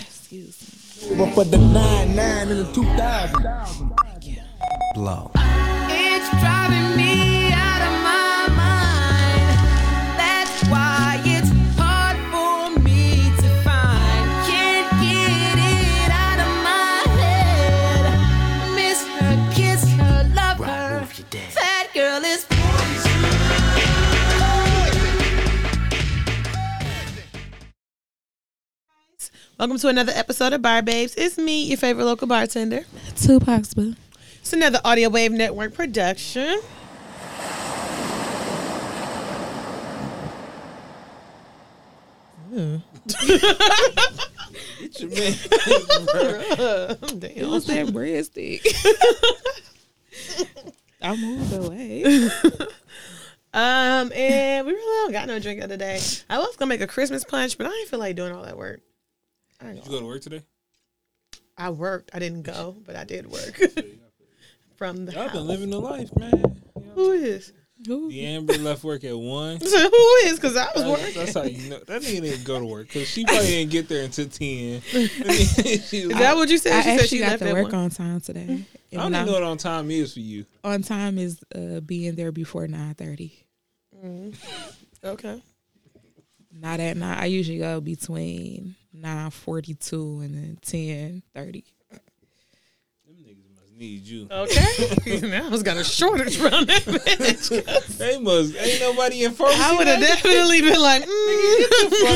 Excuse But for the 9 9 and the 2000. me. Yeah. Blow. It's driving me out of my mind. That's why it's hard for me to find. Can't get it out of my head. Miss her, kiss her, love her. That girl is Welcome to another episode of Bar Babes. It's me, your favorite local bartender. Tupac's boo. It's another Audio Wave Network production. It Damn. was that breadstick. I moved away. Um, and we really don't got no drink of the day. I was gonna make a Christmas punch, but I didn't feel like doing all that work. I, ain't You gonna- go to work today? I worked. I didn't go, but I did work from the I've been house. living the life, man. Who is? The Amber left work at 1. Who is? Because I was That's, working. that's how you know. That nigga didn't go to work because she probably didn't get there until 10. she was Is like, that what you said? she I said actually she got left Mm-hmm. to at work work on. on time today. I And don't when even I'm know what on time is for you. on time is uh, being there before nine thirty. Okay. Not at nine. I usually go between nine forty two and then ten thirty. Them niggas must need you. Uh, Okay. now I was got a shortage around that bitch. They must. Ain't nobody in first. I would have definitely been like, mm,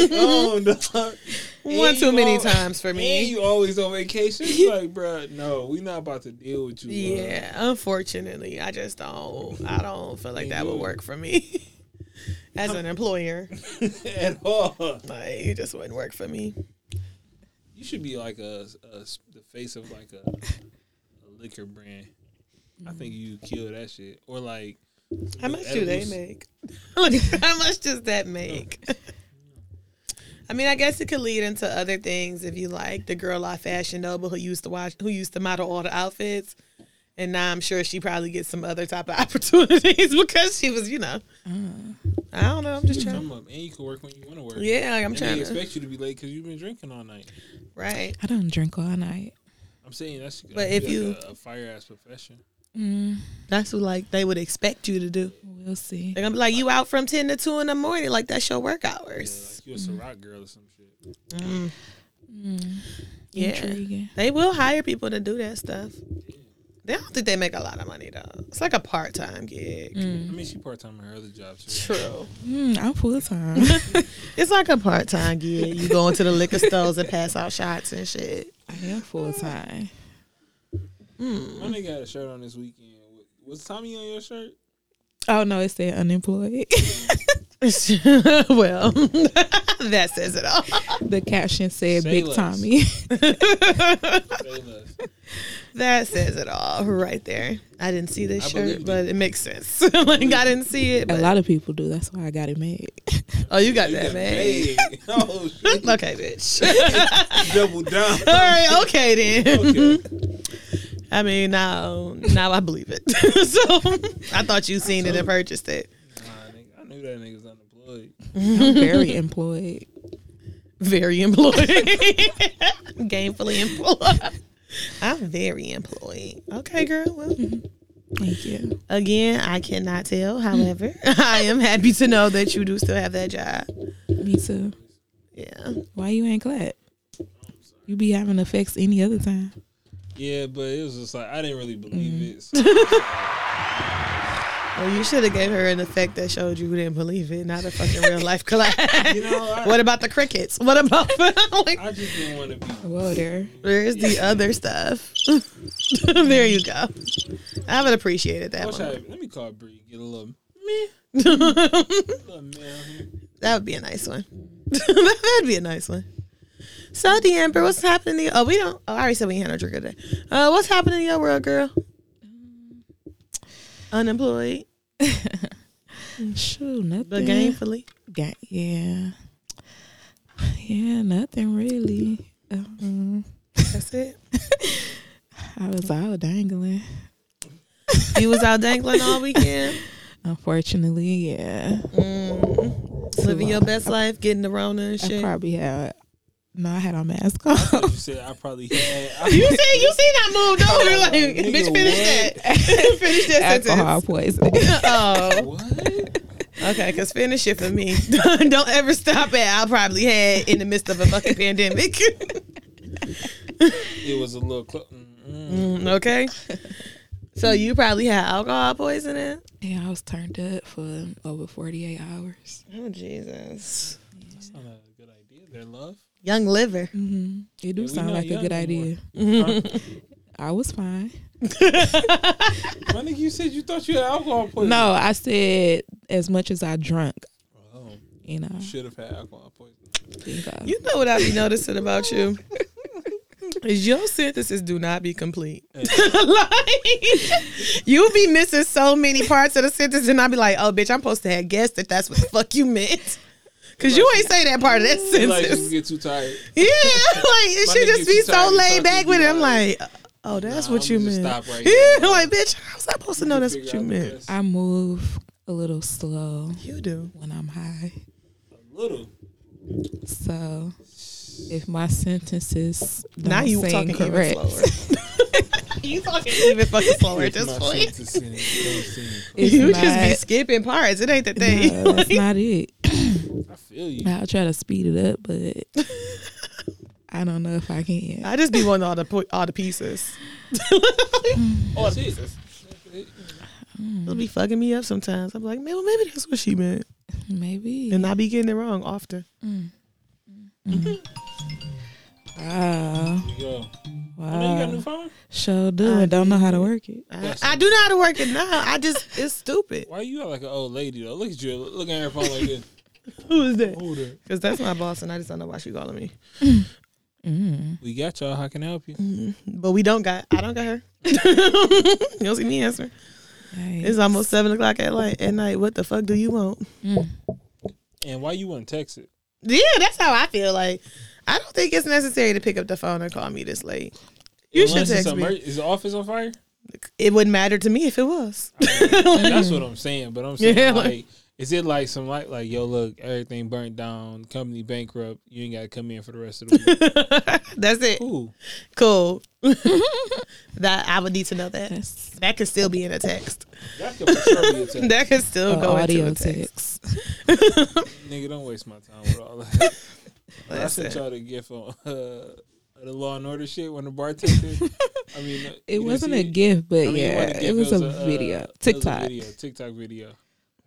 Fuck on, dog. one And too you many all- times for And me. you always on vacation. It's like, bruh, no, we not about to deal with you. bruh. Yeah, unfortunately, I just don't. I don't feel like that would Mm-hmm. work for me as an employer. at all. Like, it just wouldn't work for me. You should be like a, a the face of like a, a liquor brand. I Mm. think you kill that shit. Or like, How much do they edibles. make? Like, how much does that make? I mean, I guess it could lead into other things if you like the girl off Fashion Nova who used to watch, who used to model all the outfits, and now I'm sure she probably gets some other type of opportunities because she was, you know, Mm. I don't know. I'm just trying. come up and you can work when you want to work. Yeah, like, I'm And they trying to. expect you to be late because you've been drinking all night. Right. I don't drink all night. I'm saying that's But if you- a, a fire ass profession. Mm, That's what like they would expect you to do. we'll see. They're gonna be like, you out from ten to two in the morning, like that's your work Yeah, hours. like you a Ciroc girl or some shit. Mm. Mm, Yeah. Intriguing. They will hire people to do that stuff. They don't think they make a lot of money though. It's like a part time gig. I mean, she part time in her other job. Too. Mm. True. Mm, I'm full time. It's like a part time gig. You go into the liquor stores and pass out shots and shit. I am full time. My nigga had a shirt on this weekend. Was Tommy on your shirt? Oh no, it said unemployed. well, that says it all. the caption said Say Big less. Tommy. Say less. That says it all right there. I didn't see this I believe shirt, you. but it makes sense. like I didn't see it. A But, lot of people do. That's why I got it made. oh, you got You that, got man. paid. Oh shit! Okay, bitch. Double down. all right, okay then. Okay. I mean, now now I believe it. so I thought you seen it and purchased it. Nah, nigga, I knew that nigga was unemployed. I'm very employed. Very employed, gainfully employed. I'm very employed. Okay, girl. Well, Thank you. again, I cannot tell. However, I am happy to know that you do still have that job. Me too. Yeah. Why you ain't clap? You be having effects any other time. Yeah, but it was just like I didn't really Mm. believe it. So Well, you should have gave her an effect that showed you didn't believe it. Not a fucking real life class. you know, I, what about the crickets? What about like, I just didn't want to be. Whoa there. Where's the other stuff? there you go. I would appreciated I that wish I, one. let me call Bree. Get a little that little man. would be a nice one. That'd be a nice one. So the Amber, what's happening? To you? Oh, we don't. Oh, I already said we ain't had no drink today. Uh, what's happening in your world, girl? Mm, Unemployed, Shoot, nothing. but gainfully. Ga- yeah. Yeah, nothing really. Um, That's it. I was out dangling. You was out dangling all weekend, Mm-hmm. Unfortunately, yeah. mm. living your best life, getting the Rona and I shit. probably had No, I had on mask on. You said I probably had. I, You see, you see that move, don't you? Like, Nigga, bitch, finish what? that. finish that Alcohol sentence. poisoning. Oh, what? okay, because finish it for me. don't ever stop at I probably had in the midst of a fucking pandemic. It was a little. Cl- mm-mm. Mm, okay. So you probably had alcohol poisoning? yeah, I was turned up for over 48 hours. Oh, Jesus. That's not a good idea. There, love. Young liver. hmm It do Yeah, we sound not like a young good no idea. Huh? I was fine. My nigga, you said you thought you had alcohol poisoning. No, I said as much as I drunk, Oh, you know. you should have had alcohol poisoning. think I- You know what I be noticing about you? Is your sentences do not be complete. like you be missing so many parts of the sentence, and I be like, "Oh, bitch, I'm supposed to have guessed that that's what the fuck you meant." Cause you ain't say that part of that Like you sentence. get too tired. Yeah, like it My should nigga just get be you so tired, you laid start back thinking with it. I'm like, like, "Oh, that's Nah, what I'ma you just meant." Stop right here. Yeah, like bitch, how was I supposed to know that's what Figure you out the meant? best. I move a little slow You do. when I'm high. A little. So if my sentences don't now you seem talking correct, even slower. you talking even fucking slower at this My point. sentences ain't- don't seem correct. it's you not, just be skipping parts. It ain't the thing. no, that's not it. I feel you. I'll try to speed it up, but I don't know if I can. I just be wanting all the po- all the pieces. Oh, That's it. That's it. Mm-hmm. It'll be fucking me up sometimes. I'm like, man, well, maybe that's what she meant, Maybe. Mm. and I be getting it wrong often. Mm-hmm. Wow. Yo. I know you got a new Uh. Wow. phone? Sure do. I don't know how to work it. I, I do know how to work it now. I just it's stupid. Why you like an old lady though? Look at you. Look at her phone like this. Who is that? Hold up. Because that's my boss, and I just don't know why she calling me. We got y'all. How can I help you? Mm. But we don't got. I don't got her. you don't see me answering. It's almost seven o'clock at light at night. What the fuck do you want? And why you want to text it? Yeah, that's how I feel. Like I don't think it's necessary to pick up the phone and call me this late. You should Unless it's text me. emer- Is the office on fire? It wouldn't matter to me if it was. That's what I'm saying. But I'm saying Yeah, like, like- is it like some like like yo look everything burnt down, company bankrupt, you ain't got to come in for the rest of the week. That's it. Ooh, Cool. that I would need to know that. That's That could still be in a text. that could for sure be a text. That could still an go into audio a text. text. Nigga, don't waste my time with all that. I That's sent it. y'all the gift on uh, the Law and Order shit when the bartender. I mean, uh, you It didn't wasn't see a gift, but I mean, yeah, wasn't a gift, it was, a, uh, video. it was a TikTok. video, TikTok video.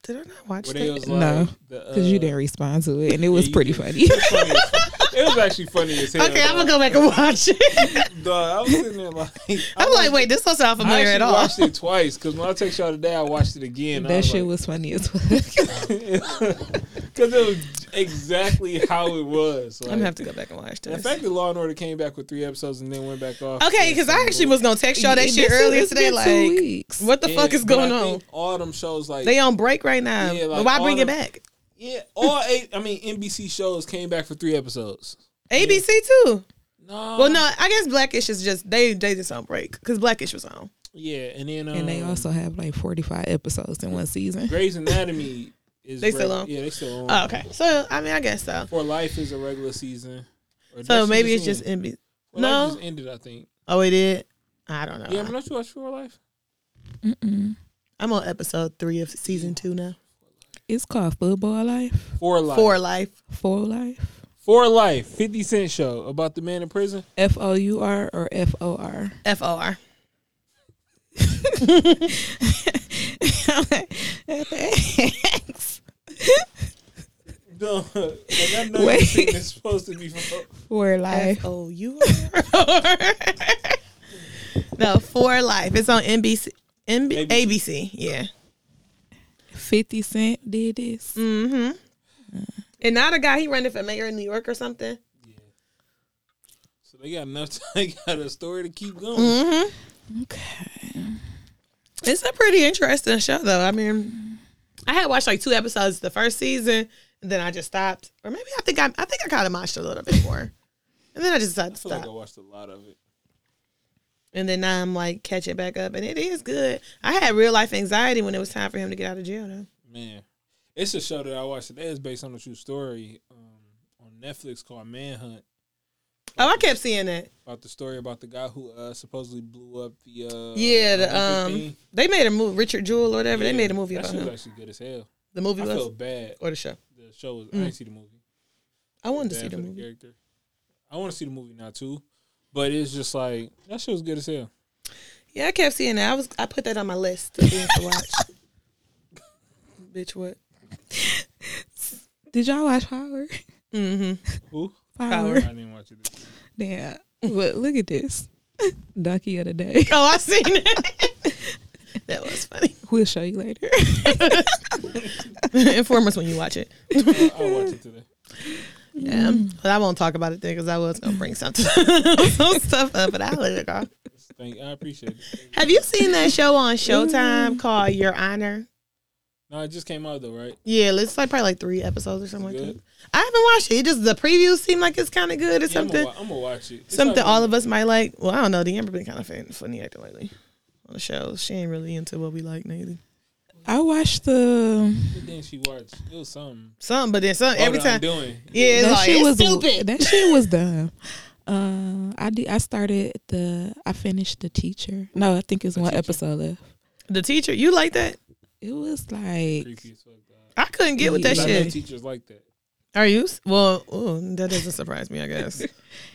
Did I not watch Where they that? was like, No, the, Because you uh, didn't respond to it, and it was you pretty didn't. funny. funny as- it was actually funny as hell. Okay, I'm gonna dog. go back and watch it. Dog, I was sitting there like, I'm like, wait, this don't sound I familiar actually at all. watched it twice because when I text y'all today, I watched it again. that shit was funny as well. because it was exactly how it was. Like, I'm gonna have to go back and watch the this. fact that Law and Order came back with three episodes and then went back off. Okay, because I actually was gonna text y'all that This shit is- earlier it's today. been two Like, weeks. what the Yeah, fuck is but I going on? think All them shows like They on break right now. Yeah, like, But Why all bring it the- back? yeah, all eight. I mean, NBC shows came back for three episodes. ABC too. No, Well, no, I guess Blackish is just they they just on break because Blackish was on. yeah, and then um, And they also have like 45 episodes in one season. Grey's Anatomy is They still reg- on? Yeah, they still on. Oh, okay. So I mean, I guess so. For Life is a regular season. Or that So shit maybe it's just ended. NBC. For Life no. just ended. I think. Oh, it did. I don't know. Yeah, but don't you watch For Life? Mm-mm. I'm on episode three of season two now. It's called Football Life, For Life. For life. For Life, For Life, 50 Cent Show about the man in prison. F O U R or F O R. F O R. No, like I know Wait. this thing is supposed to be for. For F Life. O U R. No, for life. It's on NBC. NB- ABC. Yeah. 50 Cent did this. Mm-hmm. And now the guy he running for mayor in New York or something. So they got enough. Time, they got a story to keep going. Mm-hmm. Okay. It's a pretty interesting show though. I mean, I had watched like two episodes the first season, and then I just stopped. Or maybe I think I I think I kind of watched a little bit more. And then I just decided I to feel like I stop. watched a lot of it. And then now I'm like catch it back up, and it is good. I had real life anxiety when it was time for him to get out of jail. Though Man, it's a show that I watched today. It's based on a true story um, on Netflix called Manhunt. Oh, I kept seeing that. About the story about the guy who uh, supposedly blew up the uh, Yeah, Olympic the, um, thing. they made a movie, Richard Jewell or whatever. Yeah, They made a movie that about shit him. was actually good as hell. the movie I was felt bad. or the show. The show was I didn't see the movie. Mm. I wanted to see Bad the for movie. character. I want to see the movie now too, but it's just like that shit was good as hell. Yeah, I kept seeing that. I was I put that on my list of things to watch. Bitch, what? Did y'all watch Power? Mm-hmm. Who? I Power. didn't watch it. Damn. But look at this. Ducky of the day. Oh, I seen that. that was funny. We'll show you later. Inform us when you watch it. I, I watched it today. Yeah, but I won't talk about it then because I was gonna bring something some stuff up, but I'll let it go. Thank. I appreciate it. Have you seen that show on Mm-hmm. Showtime called Your Honor? No, it just came out though, right? Yeah, it's like probably like three episodes or something like Good. that. I haven't watched it. It just the previews seem like it's kind of good or Yeah, I'm gonna something. wa- I'm gonna watch it. It's Something like- all of us might like. Well, I don't know. The Amber been kind of funny, funny acting lately on the shows. She ain't really into what we like neither. I watched the What did she watched? It was something. Something, but then some Oh, every that I'm time. doing. Yeah, it's that like shit it's was stupid. That shit was dumb. Uh, I did. I started the. I finished the teacher. No, I think it's one teacher. episode left. the teacher, you like that? It was like Creepy as fuck. dog. I couldn't get with that Yeah. I know shit. teachers like that. Are you? s- Well, ooh, that doesn't surprise me. I guess.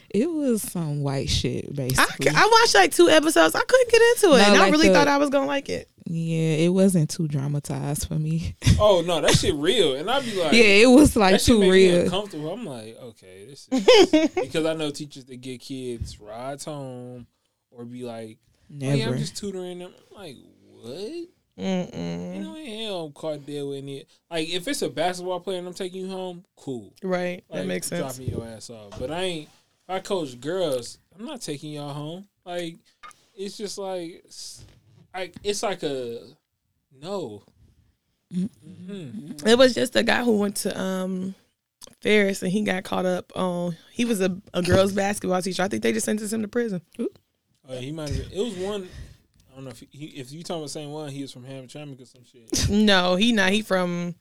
it was some white shit I, basically. c- I watched like two episodes. I couldn't get into it, No, and I like really the- thought I was gonna like it. yeah, it wasn't too dramatized for me. Oh no, that shit real, and I'd be like, yeah, it was like that shit too make Me real. uncomfortable. I'm like, okay, this is because I know teachers that get kids rides home or be like, oh, yeah, Never. I'm just tutoring them. I'm like, what? You Mm-mm. know, ain't hell, I'm caught dead with it. Like, if it's a basketball player and I'm taking you home, cool. Right, Like, that makes sense. Dropping your ass off, but I ain't. if I coach girls. I'm not taking y'all home. Like, it's just like, it's, like it's like a no. Mm-hmm. It was just a guy who went to um Ferris, and he got caught up on. He was a, a girls' basketball teacher. I think they just sentenced him to prison. Uh, he might. Have, it was one. I don't know if he, he if you talking about the same one. He was from Hamtramck or some shit. No, he not. He from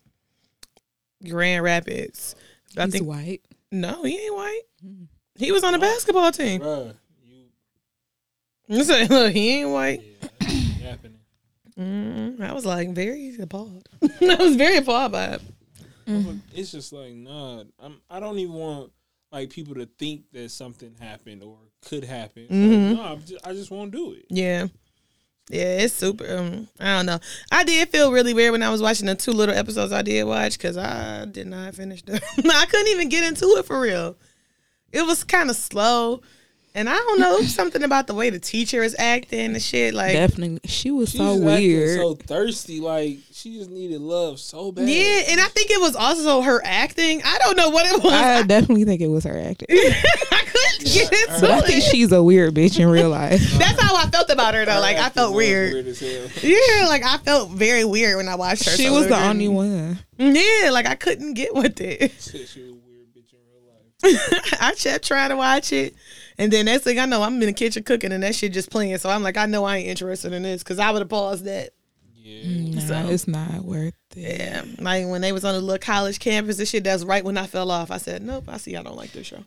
Grand Rapids. I He's think white. Mm. no, he ain't white. He was on a basketball team. Bruh, you So, look, he ain't white. yeah, that shit happening. Mm, I was like very appalled. I was very appalled by it. Mm-hmm. It's just like nah. I'm. I don't even want like people to think that something happened or could happen. Like, Mm-hmm. no, I'm just, I just won't do it. Yeah. Yeah, it's super. Um, I don't know. I did feel really weird when I was watching the two little episodes I did watch because I did not finish them. I couldn't even get into it for real. It was kind of slow, and I don't know it was something about the way the teacher is acting and shit. Like, Definitely, she was so just acting weird. so thirsty. Like she just needed love so bad. yeah, and I think it was also her acting. I don't know what it was. I I, definitely think it was her acting, couldn't get Yeah, I- into but I think it. she's a weird bitch in real life. That's how I felt about her though. Like, I Acting felt was weird. Weird as hell. Yeah, like I felt very weird when I watched her. she so was the it only didn't- one. Yeah, like I couldn't get with it. Shit, she was a weird bitch in real life. I kept trying to watch it. And then next thing I know, I'm in the kitchen cooking and that shit just playing. So I'm like, I know I ain't interested in this because I would have paused that. Yeah. Nah, it's not worth it. Yeah. Like when they was on the little college campus and shit, that's right when I fell off. I said, nope, I see I don't like this show.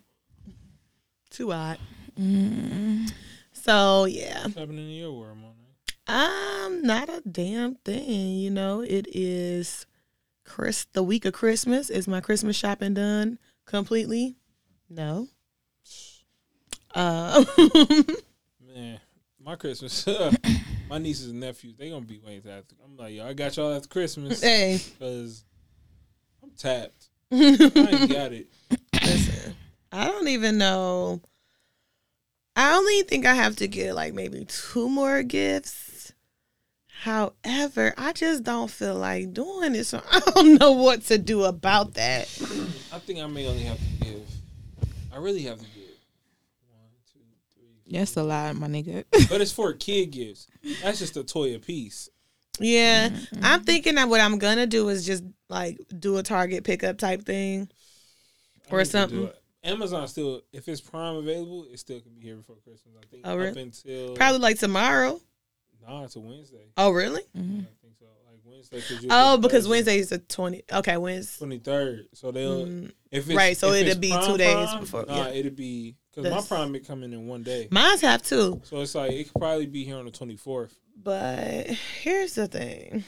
Too odd. Mm-hmm. So yeah. What's happening in your world, man? Um, not a damn thing. You know, it is Chris the week of Christmas. Is my Christmas shopping done completely? No. Uh, Man, my Christmas. my nieces and nephews, they gonna be waiting till after. I'm like, yo, I got y'all after Christmas hey, because I'm tapped. I ain't got it. listen. I don't even know. I only think I have to get like maybe two more gifts. However, I just don't feel like doing it, so I don't know what to do about that. I think I may only have to give. I really have to give. One, two, three. That's a lie, my nigga. But it's for kid gifts. That's just a toy apiece. Yeah, I'm thinking that what I'm gonna do is just like do a Target pickup type thing. I Or need to do something. it. Amazon still, if it's Prime available, it still can be here before Christmas. I think Oh, up really? until Probably like tomorrow. nah, it's a Wednesday. Oh, really? I think so. Like Wednesday. Cause you'll Oh, get because Thursday. Wednesday is the 20. Okay, Wednesday. Mm, twenty third. So they'll if it's Right, so if it'll it's be prime two days prime, before- Nah, yeah. it'll be Because my That's- prime may come in in one day. Mine's have too. So it's like, it could probably be here on the 24th. But here's the thing.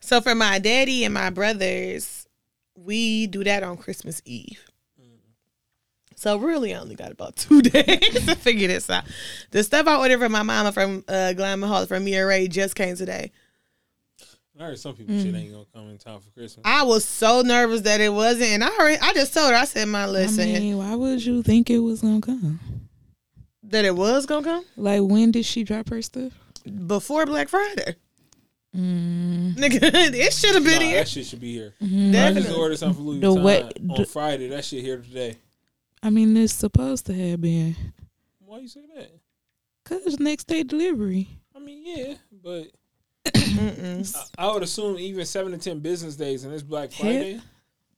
So for my daddy and my brothers, we do that on Christmas Eve. So really, I only got about two days to figure this out. The stuff I ordered from my mama from uh, Glamour Hall from Mia Ray just came today. I heard some people shit ain't going to come in time for Christmas. Mm-hmm. I was so nervous that it wasn't, and I already, I just told her I said, "My I listen, mean, why would you think it was gonna come? that it was gonna come." Like, when did she drop her stuff? before Black Friday. Mm, Nigga, it should have Nah, been here. that shit should be here. I just Definitely. ordered something for Louis The Vuitton what- on the- Friday. That shit here today. I mean, it's supposed to have been Why you say that? cause next day delivery. I mean, yeah, but Mm-mm. I would assume even seven to ten business days, and it's Black Friday.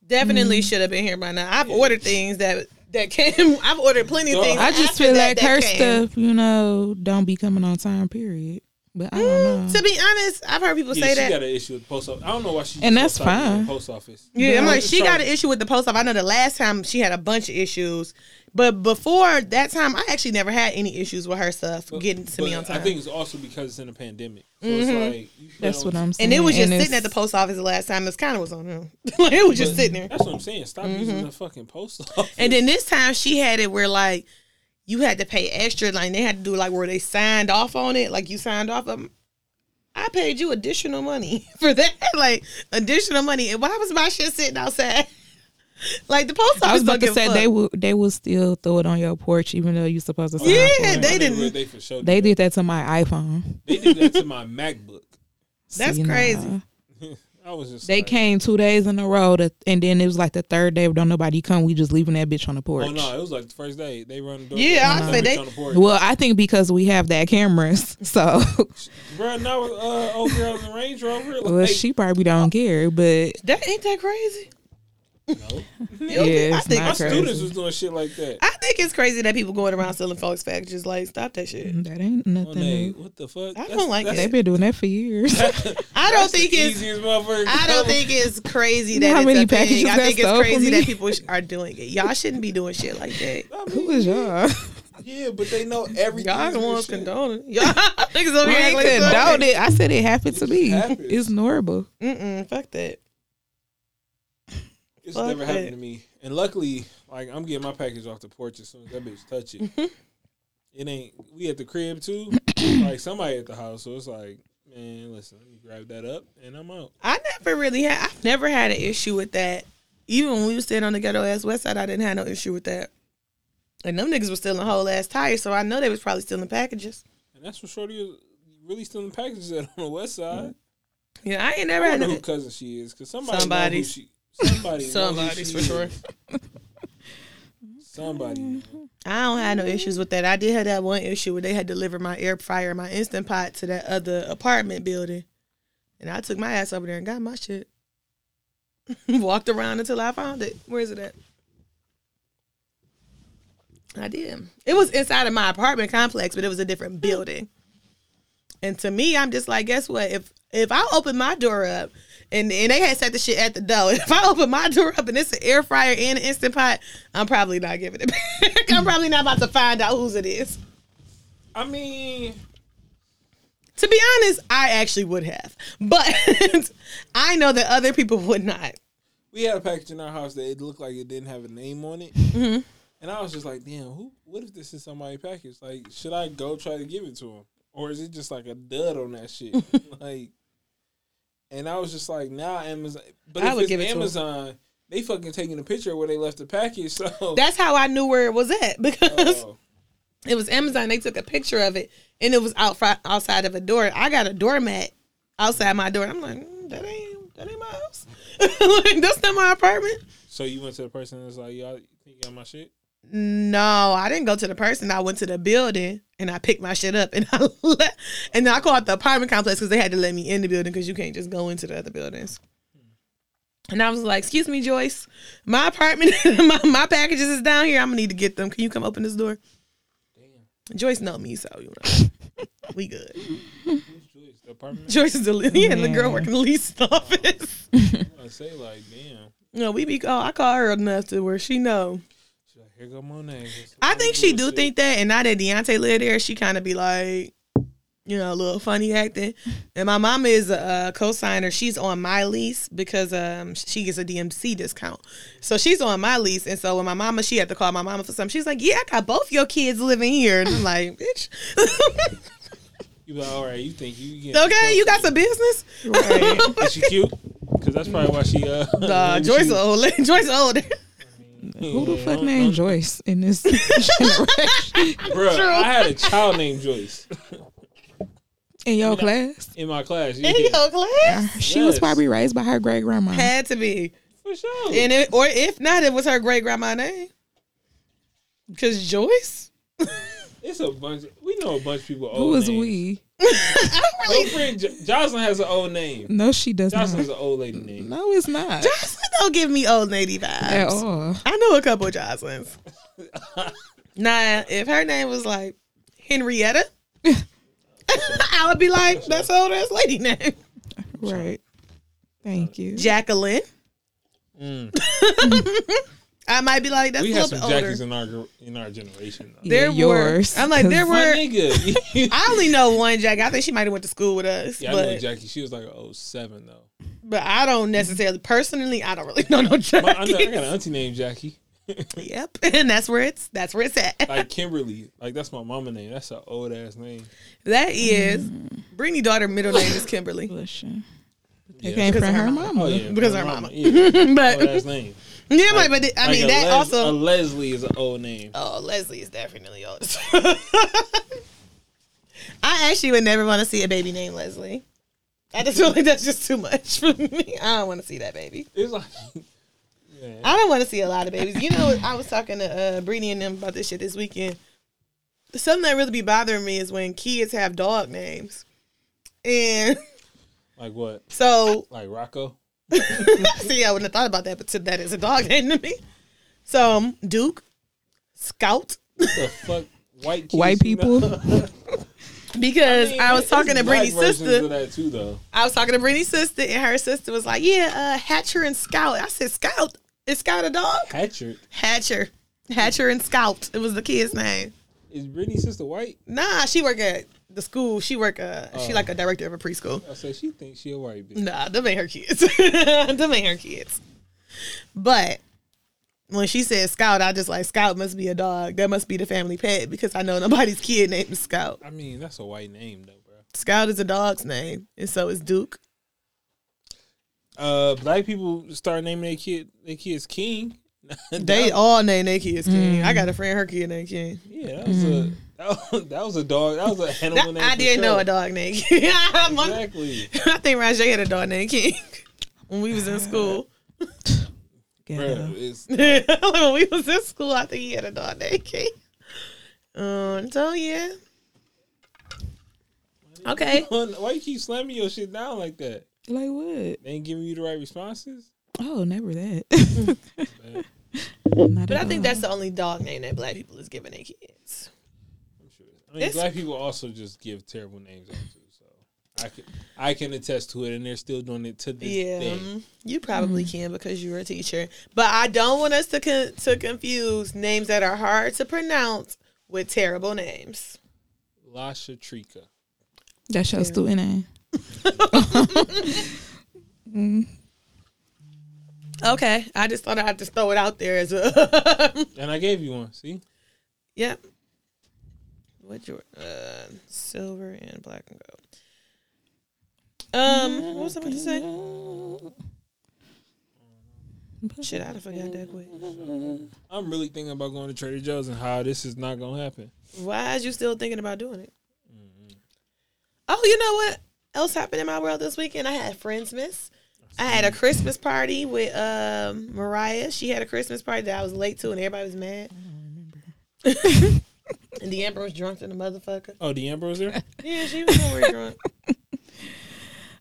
Definitely Mm-hmm. should have been here by now. I've ordered things that that came. I've ordered plenty of Dog. things. I just after feel that like that her came. stuff, you know, don't be coming on time. Period. But I don't know. Mm, To be honest, I've heard people Yeah, say she that. got an issue with the post office. I don't know why she. And just that's stopped at the fine. Post office. Yeah, I'm Bro, like just she trying got to- an issue with the post office. I know the last time she had a bunch of issues, but before that time, I actually never had any issues with her stuff getting to me But on time. I think it's also because it's in a pandemic. So Mhm. it's like you That's put what on- I'm saying. and it was just Mm, it's- sitting at the post office the last time. It's kind of was on him. like it was just But sitting there. That's what I'm saying. Stop using the fucking post office. Mm-hmm. And then this time she had it where like you had to pay extra, like they had to do like where they signed off on it, like you signed off of. I paid you additional money for that, like additional money. And why was my shit sitting outside? Like the post office. I was about don't to give a say fuck. they will they will still throw it on your porch even though you're supposed to. sign Yeah, for it. they I didn't- knew They, for sure they did. did that to my iPhone. They did that to my MacBook. That's See, nah. crazy. I was just. They like, came two days in a row, to, and then it was like the third day. Don't nobody come. We just leaving that bitch on the porch. Oh no! It was like the first day they run. The door Yeah, I down, said bitch they- On the porch. Well, I think because we have that cameras, so Bro, now uh, old girl in the Range Rover. Like, well, she probably don't care. But That ain't that crazy. no. You don't Yeah, think- I it's think not My it's crazy. students was doing shit like that. I think it's crazy that people going around selling folks packages. Like stop that shit. that ain't Well, nothing. Oh, Nate, new. what the fuck? I don't like They've it. been doing that for years. I don't think it's. easiest motherfucker. I don't think it's crazy that How it's many a packages thing. I got think it's stolen from crazy me? that people sh- are doing it. Y'all shouldn't be doing shit like that. Who is y'all? Yeah, but they know everything. Y'all the ones shit. condoning. Y'all niggas over We here acting ain't like it's condoned okay. it. I said it happened to me. happens. It's normal. Mm-mm, fuck that. It's Fuck never happened that. to me. And luckily, like I'm getting my package off the porch as soon as that bitch touch it. Mm-hmm. it ain't. We at the crib too. like somebody at the house, so it's like, man, listen, let me grab that up and I'm out. I never really had. I've never had an issue with that. Even when we was staying on the ghetto ass west side, I didn't have no issue with that. And them niggas was stealing whole ass tires, so I know they was probably stealing packages. And that's what Shorty is really stealing packages at on the west side. Yeah, I ain't never I had wonder no. who cousin she is, cause somebody Somebody's. somebody's she, somebody know who Somebody's she for is. sure. Somebody. know. I don't have no issues with that. I did have that one issue where they had delivered my air fryer, and my instant pot to that other apartment building, and I took my ass over there and got my shit. Walked around until I found it. Where is it at? I did. It was inside of my apartment complex, but it was a different building. And to me, I'm just like, guess what? If if I open my door up and, and they had set the shit at the door, if I open my door up and it's an air fryer and an instant pot, I'm probably not giving it back. I'm probably not about to find out whose it is. I mean, To be honest, I actually would have. But I know that other people would not. we had a package in our house that it looked like it didn't have a name on it, Mm-hmm. and I was just like, "Damn, who? What if this is somebody's package? Like, should I go try to give it to him, or is it just like a dud on that shit?" like, and I was just like, "Nah, Amazon." But I if would it's give it to 'em. Amazon, they fucking taking a picture of where they left the package, so That's how I knew where it was at because Oh, it was Amazon. They took a picture of it and it was out fri- outside of a door. I got a doormat outside my door. I'm like, mm, that ain't that ain't my house. like, that's not my apartment. so you went to the person that's like, "Y'all think you got my shit?" No, I didn't go to the person. I went to the building and I picked my shit up and I left. And then I called the apartment complex because they had to let me in the building because you can't just go into the other buildings. And I was like, "Excuse me, Joyce, my apartment, my, my packages is down here. I'm gonna need to get them. Can you come open this door?" Joyce know me, so you know we good. Who's Joyce? The apartment? Joyce is the yeah, the girl Yeah. working the lease office. I say like, "Damn." no, we be oh, I call her enough to where she know. She's like, Here go Monet. I think she do Bullshit. think that, and now that Deontay live there, she kind of be like, you know, a little funny acting. And my mama is a, a co-signer. She's on my lease because um she gets a DMC discount, so she's on my lease. And so when my mama, she had to call my mama for something. She's like, "Yeah, I got both your kids living here," and I'm like, "Bitch, You be like, all right, you think you getting okay, you got some business." Right. Is she cute? Because that's probably why she. Uh, Uh, Joyce old, Joyce older. Who the fuck named Joyce in this generation? Bro, I had a child named Joyce in your class? in my class. Yeah, In your class, She was Yes. probably raised by her great grandma. had to be, for sure. and it, or if not, it was her great grandma name, because Joyce. it's a bunch. we know a bunch of people. Old Who was names. we? Your friend jo- Jocelyn has an old name. No, she does Jocelyn's not. an old lady name. No, it's not Jocelyn don't give me old lady vibes. at all. I know a couple of Jocelyn's. nah, if her name was like Henrietta, I would be like, that's old ass lady name. Right. Thank you. Jacqueline. Mm. I might be like, that's We a had little some bit older. Jackies in our gr- in our generation. Though. There Yeah, yours. were. I'm like, there Cause- My were. nigga. I only know one Jackie. I think she might have went to school with us, yeah, I know but Jackie. She was like an 07, though. but I don't necessarily personally. I don't really know no My, I, know, I Jackie. got an auntie named Jackie. Yep, and that's where it's that's where it's at. Like Kimberly. Like, that's my mama name. That's an old ass name. that is Brittany daughter middle name is Kimberly, Listen. It Yeah. came Because from of her her mama. mama. Oh, yeah. Because my her mama. Yeah, but old ass name. yeah, like, but I Like mean a that Les- also A Leslie is an old name. Oh, Leslie is definitely old. as fuck. I actually would never want to see a baby named Leslie. I just feel like that's just too much for me. I don't want to see that baby. It's like. Yeah. I don't want to see a lot of babies. You know, I was talking to uh, Brittany and them about this shit this weekend. Something that really be bothering me is when kids have dog names. And Like what? so, Like Rocco? see, I wouldn't have thought about that, but that is a dog name to me. So, um, Duke, Scout, What the fuck? White kids, White you people. know? because I, was It's talking to black Brittany's versions sister. Of that too, though. I was talking to Brittany's sister, and her sister was like, "Yeah, uh, Hatcher and Scout." I said, "Scout is Scout a dog?" Hatchet. Hatcher, Hatcher and Scout. It was the kid's name. Is Brittany's sister white? Nah, she work at the school. She work. Uh, she Oh. like a director of a preschool. I said she thinks she a white bitch. Nah, them ain't her kids. them ain't her kids. But when she said Scout, I just like Scout must be a dog. That must be the family pet because I know nobody's kid named is Scout. I mean, that's a white name though, bro. Scout is a dog's name, and so is Duke. Uh, black people start naming their kid their kids King. They all name their kids King. I Mm. got a friend, her kid named King. yeah, that was a that was, that was a dog. That was an animal Mm. That- name. I for didn't sure. know a dog named King. I Exactly, think Rajay had a dog named King when we was in school. bro. Ghetto. It's when we was in school, I think he had a dog named King. Um, so yeah. Okay. why you keep slamming your shit down like that? Like what? They ain't giving you the right responses. Oh, never that. Not But at I think all. that's the only dog name that black people is giving their kids. I'm sure. I mean, It's- black people also just give terrible names out too. So I can I can attest to it, and they're still doing it to this Yeah. day. mm, You probably can because you were a teacher. But I don't want us to con- to confuse names that are hard to pronounce with terrible names. Lasha Trika. That's your student name. Okay. I just thought I had to throw it out there as a And I gave you one. See, Yep. What your uh, silver and black and gold. Um, what was I about to say? Shit, I'd have forgot that quick. I'm really thinking about going to Trader Joe's and how this is not gonna happen. Why is you still thinking about doing it? Oh, you know what else happened in my world this weekend? I had friends miss. I had a Christmas party with um, Mariah. She had a Christmas party that I was late to, and everybody was mad. and the Amber was drunk than a motherfucker. Oh, the Ambrose there. Yeah, she was already drunk.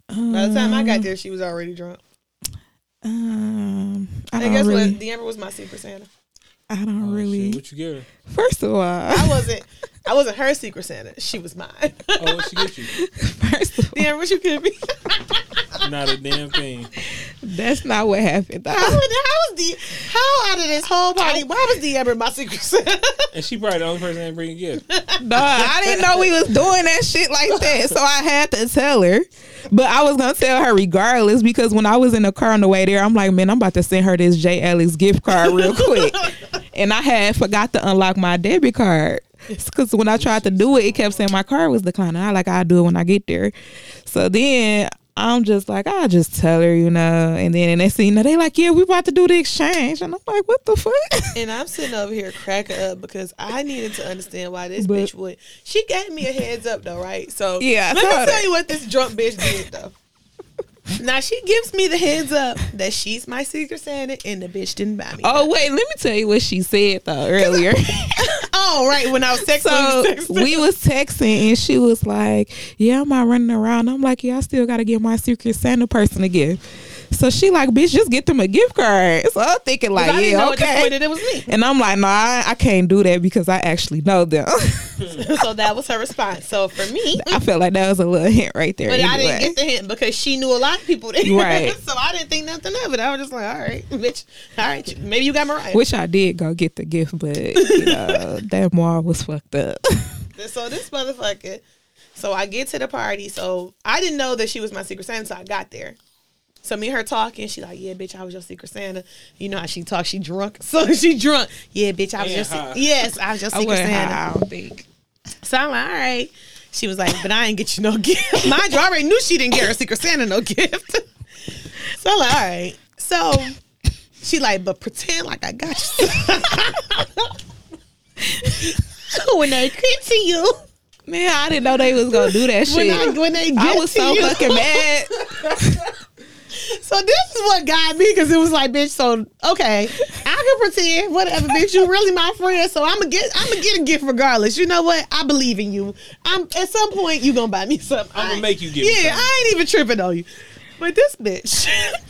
By the time I got there, she was already drunk. Um, I And don't guess really. what? The Amber was my secret Santa. I don't Oh, shit, really. what you give her? First of all, I wasn't. I wasn't her secret Santa. She was mine. Oh, what she get you? first of all, Damn, what you could be? Not a damn thing. That's not what happened. How, would- how was the how out of this whole party? Why was the Amber my secret? And she probably the only person that ain't bringing gifts. No, I didn't know we was doing that shit like that. So I had to tell her. But I was gonna tell her regardless because when I was in the car on the way there, I'm like, man, I'm about to send her this J. Alex gift card real quick. and I had forgot to unlock my debit card. Cause when I tried to do it, it kept saying my card was declining. I like I'll do it when I get there. So then I'm just like, I'll just tell her, you know. And then and they see, you know, they like, yeah, we about to do the exchange. And I'm like, what the fuck? and I'm sitting over here cracking up because I needed to understand why this But- bitch would. She gave me a heads up though, right? So Yeah, I let saw me tell that. you what this drunk bitch did though. now she gives me the heads up that she's my secret Santa, and the bitch didn't buy me. Oh wait, let me tell you what she said though earlier. oh right, when I was texting, so we was texting and she was like, "Yeah, I'm out running around." I'm like, "Yeah, I still gotta get my secret Santa person a gift." So she like, "Bitch, just get them a gift card." So I'm thinking like, I didn't "Yeah, know at this point okay." that it was me. And I'm like, "Nah, I, I can't do that because I actually know them." so that was her response. So for me, I felt like that was a little hint right there. but I anyway. didn't get the hint because she knew a lot of people. There. Right. so I didn't think nothing of it. I was just like, all right, bitch, all right, maybe you got Mariah. Wish I did go get the gift, but you know, that mall was fucked up. So this motherfucker. So I get to the party. So I didn't know that she was my secret Santa. So I got there. So me and her talking. She like, yeah, bitch, I was your secret Santa. You know how she talks. She drunk. So she drunk. Yeah, bitch, I was And your se- high. yes, I was your I secret wasn't Santa. high, I don't think. So I'm like, all right. She was like, but I ain't get you no gift. Mind you, I already knew she didn't get her Secret Santa no gift. so I'm like, all right. So she like, but pretend like I got you. when they get to you, Man, I didn't know they was gonna do that when, shit. I, when they get I was to so you. fucking mad. So this is what got me because it was like, bitch. So okay, I can pretend whatever, bitch. You really my friend, so I'm gonna get, I'm gonna get a gift regardless. You know what? I believe in you. I'm at some point you gonna buy me something. I'm gonna I- make you give me Yeah, something. I ain't even tripping on you. But this bitch.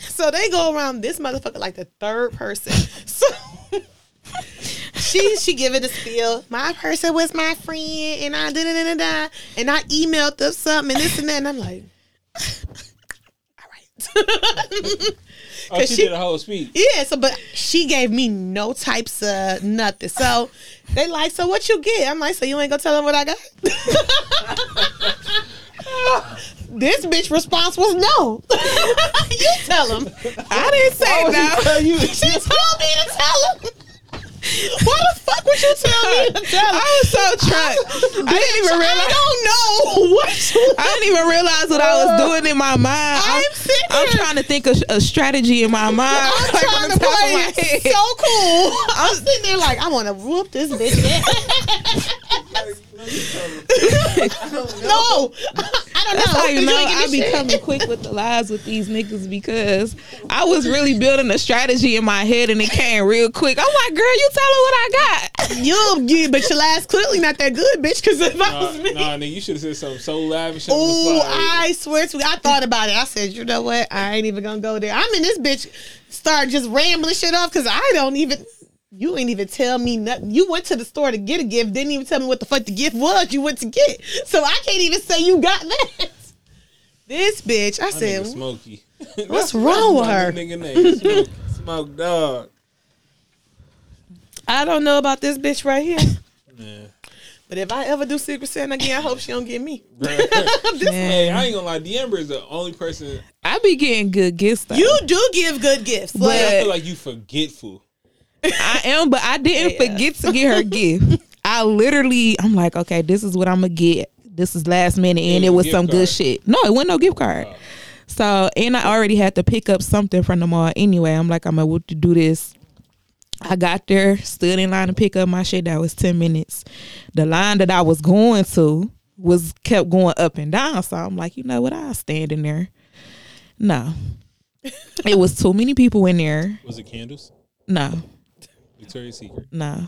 so they go around this motherfucker like the third person. So. She she give it a spiel. My person was my friend, and I da da da da, da, and I emailed them something and this and that, and I'm like, all right. Oh, she, she- did a whole speech. Yeah, so but she gave me no types of nothing. So they like, so what you get? I'm like, so you ain't gonna tell them what I got? this bitch response was no. you tell them. I didn't say Oh, no. you? She told me to tell them. Why the fuck would you tell me to tell them? I was so drunk. I didn't even I realize. don't know what you. I didn't even realize what I was doing in my mind. I'm I'm, sitting I'm here- trying to think of a strategy in my mind. I'm like, on trying the to top of play my it head. so cool. I'm sitting there like, I want to whoop this bitch ass. no, I don't know. That's how you know ain't I give me be shit. coming quick with the lies with these niggas because I was really building a strategy in my head and it came real quick. I'm like, girl, you tell her what I got. You, you, but your last clearly not that good, bitch. Because if I Nah, was me, nah, nigga, you should have said something so lavish. and was Ooh, like, I swear to you, I thought about it. I said, you know what? I ain't even gonna go there. I'm in this bitch start just rambling shit off because I don't even. You ain't even tell me nothing. You went to the store to get a gift, didn't even tell me what the fuck the gift was you went to get. So I can't even say you got that. This bitch, I my said, nigga Smokey. what's wrong with her? Nigga name Smoke, Smoke Dog. I don't know about this bitch right here. Yeah. But if I ever do Secret Santa again, I hope she don't get me. hey, I ain't gonna lie. The Amber is the only person. I be getting good gifts though. You do give good gifts. Like, I But- feel like you forgetful. I am, but I didn't Yeah. forget to get her gift. I literally, I'm like, okay, this is what I'm gonna get. This is last minute, and It it was was a some gift good card. shit. No, it wasn't no gift card. So, and I already had to pick up something from the mall anyway. I'm like, I'm able to do this. I got there, stood in line to pick up my shit. That was 10 minutes. The line that I was going to was kept going up and down. So I'm like, you know what? I'll stand in there. No. it was too many people in there. Was it candles? No, Victoria's Secret. no.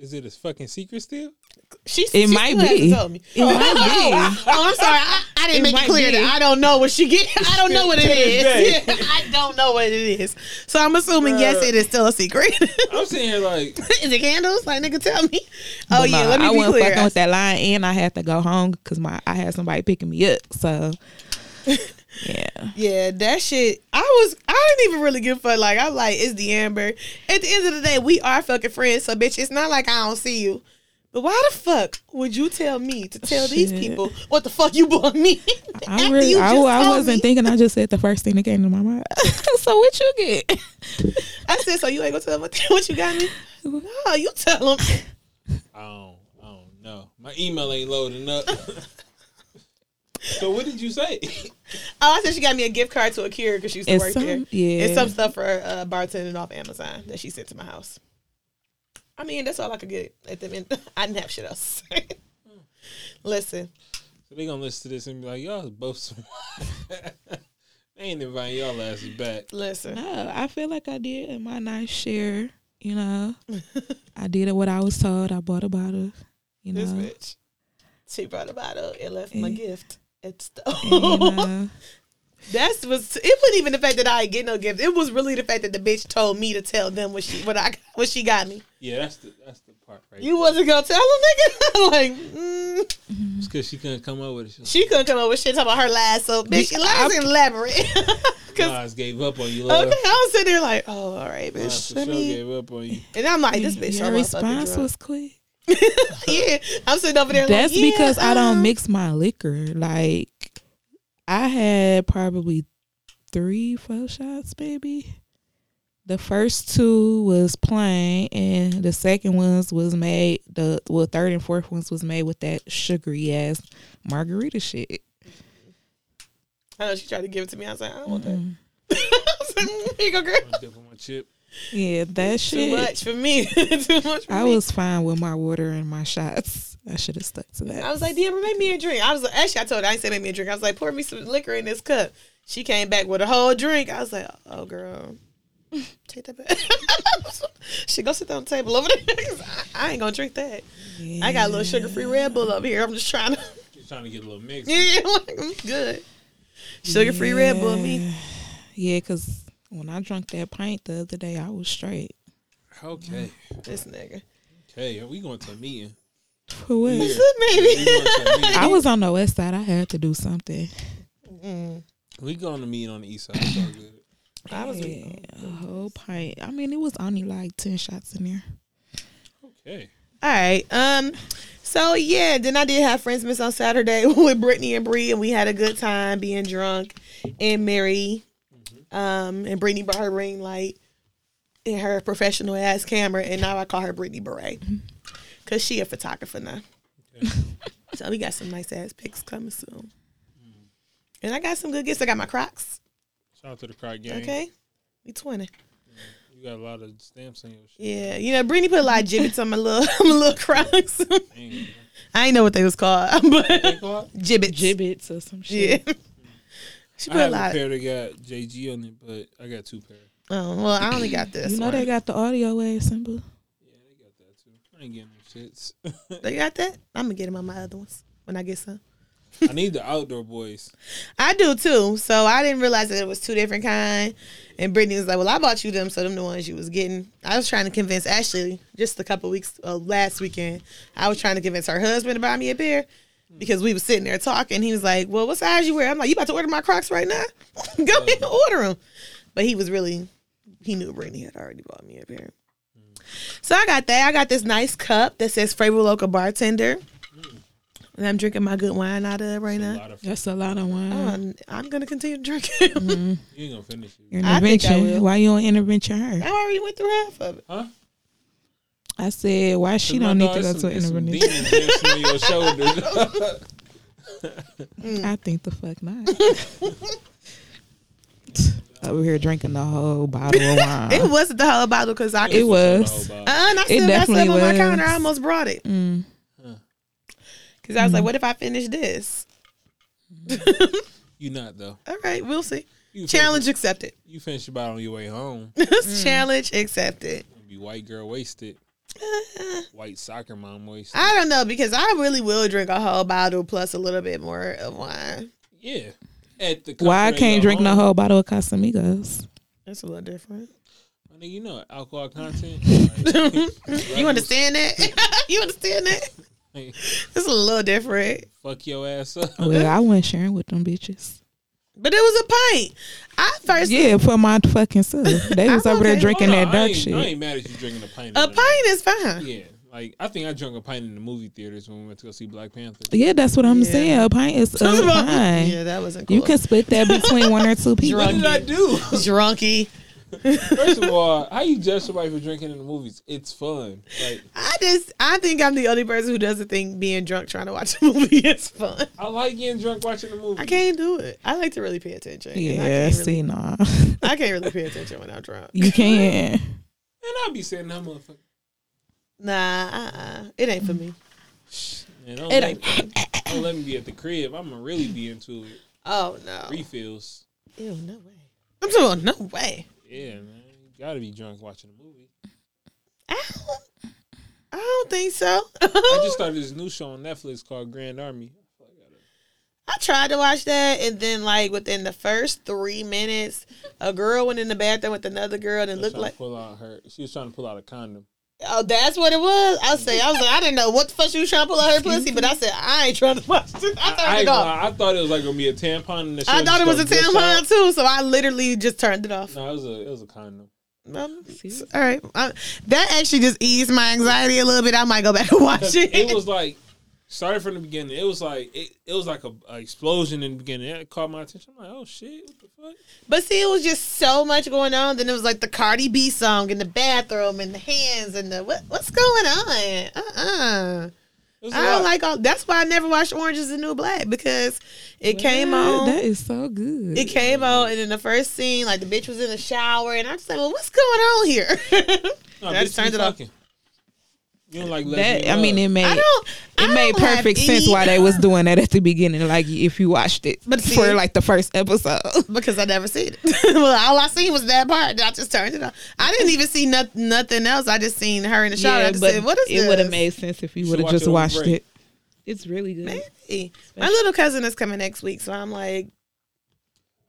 Is it a fucking secret still? she, she It might still hasn't be. Told me. It might be. Oh, I'm sorry. I, I didn't It make it might clear be. that I don't know what she get. I don't know what it To this is. day. I don't know what it is. So I'm assuming yes, Bruh. it is still a secret. I'm sitting here like, is it candles? Like nigga, tell me. Oh But yeah, nah, let me I be wasn't clear. fucking with that line, and I had to go home because my I had somebody picking me up. So Yeah. Yeah, that shit. I was. I didn't even really give a fuck. Like I'm like, it's the Amber. At the end of the day, we are fucking friends. So bitch, it's not like I don't see you. But why the fuck would you tell me to tell these Shit. people what the fuck you bought me? I really, I, I wasn't thinking. I just said the first thing that came to my mind. so what you get? I said, so you ain't gonna tell them what, what you got me? No, you tell them. I don't, I don't know. My email ain't loading up. so what did you say? Oh, I said she got me a gift card to Akira because she used to It's work some- there. yeah. It's some stuff for uh, bartending off Amazon that she sent to my house. I mean, that's all I could get at the end. I didn't have shit else. Listen, So they gonna listen to this and be like, y'all is both. Some- they ain't inviting y'all asses back. listen. No, I feel like I did in my nice share. You know, I did what I was told. I bought a bottle. You This know, bitch. She brought a bottle and left my Yeah. gift at the and, Eh. you store. know, That's was it wasn't even the fact that I ain't get no gift. It was really the fact that the bitch told me to tell them what she what I what she got me. Yeah, that's the that's the part right. You wasn't gonna tell them, nigga. like, mm. because she couldn't come up with it. She was She couldn't come up with shit talking about her lies, so bitch, your lies ain't elaborate. like, Cause Nas gave up on you, love. okay, I was sitting there like, oh, all right, Nas bitch. for Let sure me. gave up on you. And I'm like, this bitch. your Her response was quick. yeah. I'm sitting over there. That's like, yeah, because I uh, don't mix my liquor. Like I had probably three, four shots, maybe. The first two was plain, and the second ones was made. The well, third and fourth ones was made with that sugary ass margarita shit. I know she tried to give it to me. I was like, I don't want Mm-hmm. that. I was like, mm, Here you go, girl. I'm dipping my chip. Yeah, that Too shit. much for me. Too much for I me. was fine with my water and my shots. I should have stuck to that. I was like, Deborah, make me a drink. I was like, actually, I told her I ain't say make me a drink. I was like, pour me some liquor in this cup. She came back with a whole drink. I was like, oh girl, take that back. she go sit down on the table over there. 'Cause I, I ain't gonna drink that. I got a little sugar free Red Bull over here. I'm just trying to. She's trying to get a little mix. yeah, like, I'm good. Sugar free Red Bull, me. yeah, because when I drank that pint the other day, I was straight. Okay, This nigga. okay. Are we going to a meeting? For what? Yeah. We Maybe. going to a meeting. I was on the west side. I had to do something. We going to meet on the east side. It's all good. I was. Yeah, a whole pint. I mean, it was only like ten shots in there. Okay. All right. Um. So yeah, then I did have friends miss on Saturday with Brittany and Bree, and we had a good time being drunk and merry. Um. And Brittany brought her ring light and her professional ass camera, and now I call her Brittany Beret because she a photographer now. Okay. so we got some nice ass pics coming soon. And I got some good gifts. I got my Crocs. Shout out to the crack gang. Okay. We twenty. You got a lot of stamps on your shit. Yeah. You know, Brittany put a lot of gibbets on my little my little Crocs. Dang. I ain't know what they was called, but Thank God. gibbets. Tipo, Gibbets or some Yeah. shit. she I put a have a lot. pair that got JG on it, but I got two pairs. Oh, well, I only got this. You know they one. got the audio wave symbol. Yeah, they got that too. I ain't getting no shits. They got that? I'm going to get them on my other ones when I get some. I need the outdoor boys. I do too. So I didn't realize that it was two different kind. And Brittany was like, "Well, I bought you them, so them the ones you was getting." I was trying to convince Ashley just a couple weeks uh, last weekend. I was trying to convince her husband to buy me a pair because we was sitting there talking. He was like, "Well, what size you wear?" I'm like, "You about to order my Crocs right now? Go ahead and order them." But he was really he knew Brittany had already bought me a pair. So I got that. I got this nice cup that says "Favorite Local Bartender," and I'm drinking my good wine out of it right A now. lot of That's a lot of wine. Um, I'm gonna continue drinking. Mm-hmm. you ain't gonna finish it. Your I think I will. intervention. Why you don't intervention I her? already went through half of it. Huh? I said why she don't need to go to an intervention. on your shoulders. I think the fuck not. Over here drinking the whole bottle of wine. It wasn't the whole bottle because I It could. was. Uh, and I still got some definitely on my was. counter. I almost brought it Mm. because I was like, "What if I finish this?" You not though. All right, we'll see. You finish- Challenge accepted. You finish your bottle on your way home. Mm. Challenge accepted. You Be white girl wasted. White soccer mom wasted. I don't know because I really will drink a whole bottle plus a little bit more of wine. Yeah. At the Why I comfort of can't your drink the home. whole bottle of Casamigos? That's a little different. I mean, you know alcohol content. Like, You understand that? you understand that? like, It's a little different. fuck your ass up. Oh, Well, I wasn't sharing with them bitches. But it was a pint. I first Yeah, for my fucking self. They was I'm over there okay. drinking Oh, no, that I dark ain't, shit. I ain't mad at you drinking a pint. in a the- pint is fine. Yeah, like I think I drank a pint in the movie theaters when we went to go see Black Panther. Yeah, that's what I'm Yeah. saying. A pint is a pint. Yeah, that wasn't cool. You can split that between one or two people. What did I do? drunky. First of all, how you judge somebody for drinking in the movies? It's fun. Like I just I think I'm the only person who doesn't think being drunk trying to watch a movie is fun. I like getting drunk watching the movie. I can't do it. I like to really pay attention. and I Yeah, can't really, see, nah. I can't really pay attention when I'm drunk. You can. And I'll be saying that motherfucker. Nah, uh-uh. it ain't for me. Man, don't, It let me, don't let me be at the crib. I'm gonna really be into it. Oh no. Refills. Ew, no way. I'm talking about no way. Yeah, man. You gotta be drunk watching a movie. I don't, I don't think so. I I, just started this new show on Netflix called Grand Army. tried to watch that, and then like within the first three minutes, a girl went in the bathroom with another girl, and it I looked trying like to pull out her. She was trying to pull out a condom. oh, that's what it was. I say, I was like, I didn't know what the fuck she was trying to pull out her pussy, but I said I ain't trying to watch this. I turned I, it ain't off. gonna lie, I thought it was like gonna be a tampon. And the I shit thought it was a just started tampon gushing too, so I literally just turned it off. out. No, it was a it was a condom. Um, s- all right, I, that actually just eased my anxiety a little bit. I might go back and watch 'Cause it. it was like started from the beginning. It was like it, it was like a, a explosion in the beginning. That caught my attention. I'm like, oh shit, what the fuck? But see, it was just so much going on. Then it was like the Cardi B song in the bathroom and the hands and the what, what's going on? Uh uh It was a I don't lot. like all. That's why I never watched Orange Is the New Black because it came Yeah, on. That is so good. it came on, and in the first scene, like the bitch was in the shower, and I was like, "Well, what's going on here?" No, I bitch, just turned keep it off. talking. You don't like lesbian That I mean, love. it made I it don't. I don't made have perfect any- sense why they was doing that at the beginning. Like if you watched it But see- for like the first episode, because I never seen it. well, all I seen was that part, and I just turned it off. I didn't even see noth- nothing else. I just seen her in the shower. I just said, "What is it this?" would have made sense if you should would have watch just it on watched break. it. It's really good. Maybe. My little cousin is coming next week, so I'm like,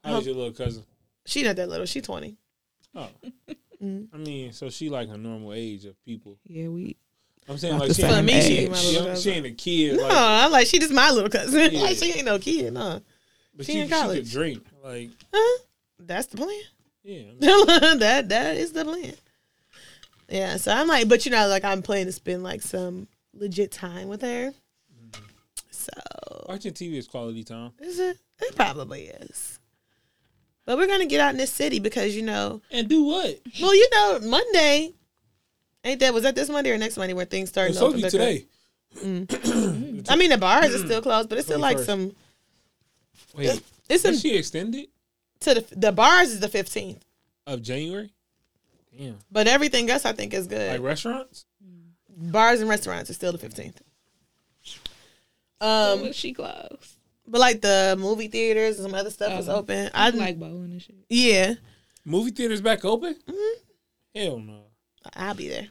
How's your little cousin? she not that little. She 20. Oh. Mm-hmm. I mean, so she like a normal age of people. Yeah, we. I'm saying Not like the she ain't, same a age. kid. My She, little ain't- she ain't a kid. No, Like, I'm like, she just my little cousin. Yeah. like, she ain't no kid, no. but she she, in she could college. drink. Like, Huh? That's the plan. yeah. I mean, that that is the plan. Yeah, so I'm like, but you know, like I'm planning to spend like some legit time with her. So Watching TV is quality time. is it? It probably is. But we're gonna get out in this city because you know, And do what? well, you know, Monday. Ain't that was that this Monday or next Monday where things start? It's only opening back up? today. I mean, the bars are Mm-hmm. still closed, but it's still like 21st. some. Wait, It's in, is she extended to the the bars is the fifteenth, of January? Damn. but everything else I think is Like good. restaurants? bars and restaurants are still the fifteenth. Um, she close. but like the movie theaters and some other stuff is Um, Oh. open. I like, like bowling and shit. yeah, Movie theaters back open? Mm-hmm. Hell no. I'll be there.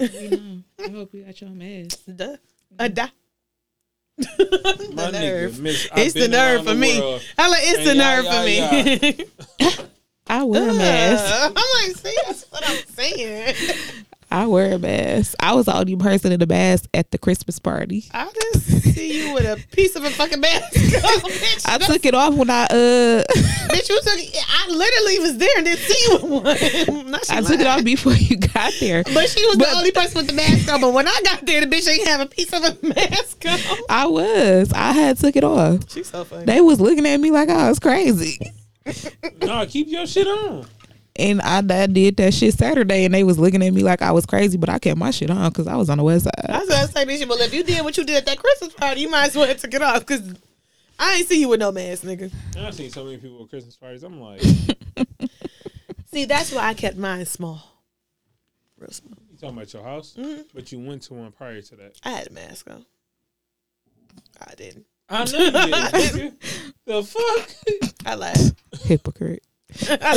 I hope you got your mask. Duh, uh, duh. My the nigga, nerve. miss, I've It's the been nerve around for the me. world. I like it's And the yeah, nerve for me. yeah, I wear a mask. Uh, I'm like, see, that's what I'm saying. Ah. I wear a mask. I was the only person in the mask at the Christmas party. I just see you with a piece of a fucking mask. Oh, bitch, I that's- took it off when I uh Bitch, you took. I literally was there and didn't see you with one. Not she I took it lying. off before you got there. But she was But- the only person with the mask on. But when I got there, the bitch ain't have a piece of a mask on. I was. I had took it off. She's so funny. They was looking at me like I was crazy. Nah, keep your shit on. And I, I did that shit Saturday, and they was looking at me like I was crazy, but I kept my shit on because I was on the west side. That's what I was saying, bitch. Well, if you did what you did at that Christmas party, you might as well have took it off because I ain't see you with no mask, nigga. And I've seen so many people at Christmas parties. I'm like, Mm-hmm. See, that's why I kept mine small, real small. You talking about your house? Mm-hmm. But you went to one prior to that. I had a mask on. I didn't. I know you did. the fuck? I lied. Hypocrite. I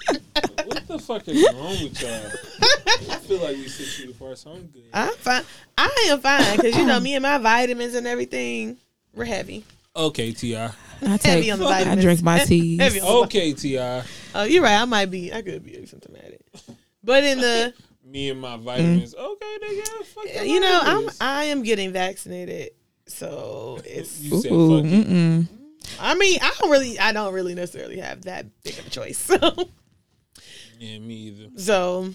lied. What the fuck is wrong with y'all? I feel like we sit you apart, so I'm good. I'm fine. I am fine because you know me and my vitamins and everything. We're heavy. Okay, Ti. I take. on the I vitamins. drink my tea. Heavy on- Okay, Ti. Oh, you're right. I might be. I could be asymptomatic. But in the, Me and my vitamins. Okay, nigga. Fuck your Mm-hmm. you know, I'm vitamins. I am getting vaccinated, so it's You said Ooh, fuck it. mm-mm. I mean, I don't really, I don't really necessarily have that big of a choice. So, Yeah, me either. so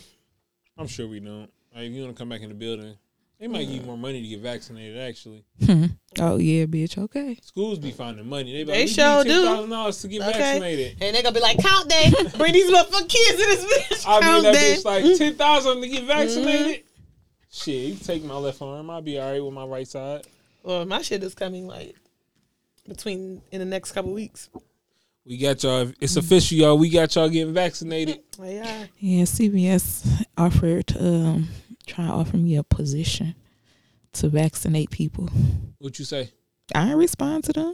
I'm sure we don't. Like, if you want to come back in the building, they might give you more money to get vaccinated. Actually, Oh yeah, bitch. Okay. schools be finding money. They, be They like, sure do. Thousand dollars to get Okay. vaccinated. and they're gonna be like, count day, bring these motherfucking kids in this bitch. I mean, Count that day. bitch like ten thousand to Mm-hmm. get vaccinated. Shit, you take my left arm. I'll be all right with my right side. well, my shit is coming like between in the next couple weeks. We got y'all. Mm-hmm. It's official, y'all. We got y'all getting vaccinated. Like, yeah, Yeah, CBS offered um try to offer me a position to vaccinate people. What you say? I ain't respond to them.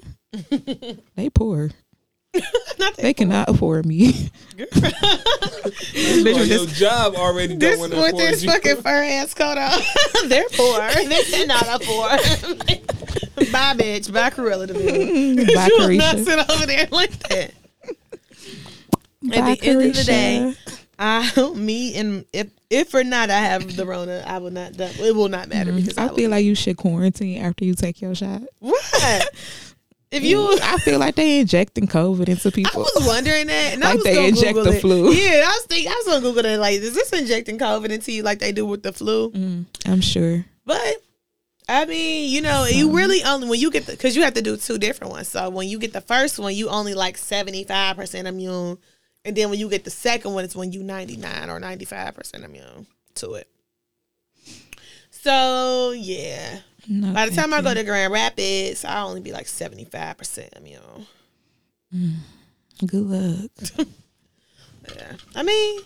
they poor. not They that. cannot afford me. Well, your job already This done went with this fucking fur ass coat on. They're poor. They're not a poor. bye, bitch. Bye, Cruella. Deville. Bye, You will not Carisha. sit over there like that. Bye, At the end of the day, Carisha. I, me, and if if or not I have the Rona, I will not. done- It will not matter because Mm, I feel like you should quarantine after you take your shot. what if you. I feel like they injecting COVID into I people. was wondering that, and I Like was they gonna inject Google the it. flu. Yeah, I was thinking I was gonna Google it. Like, is this injecting COVID into you like they do with the flu? I'm sure. But I mean, you know, you really only when you get the because you have to do two different ones. So when you get the first one, you only like seventy five percent immune, and then when you get the second one, it's when you ninety nine or ninety five percent immune to it. So yeah, No, by the thank time I you. go to Grand Rapids, I'll only be like seventy five percent immune. good luck. Yeah. I mean,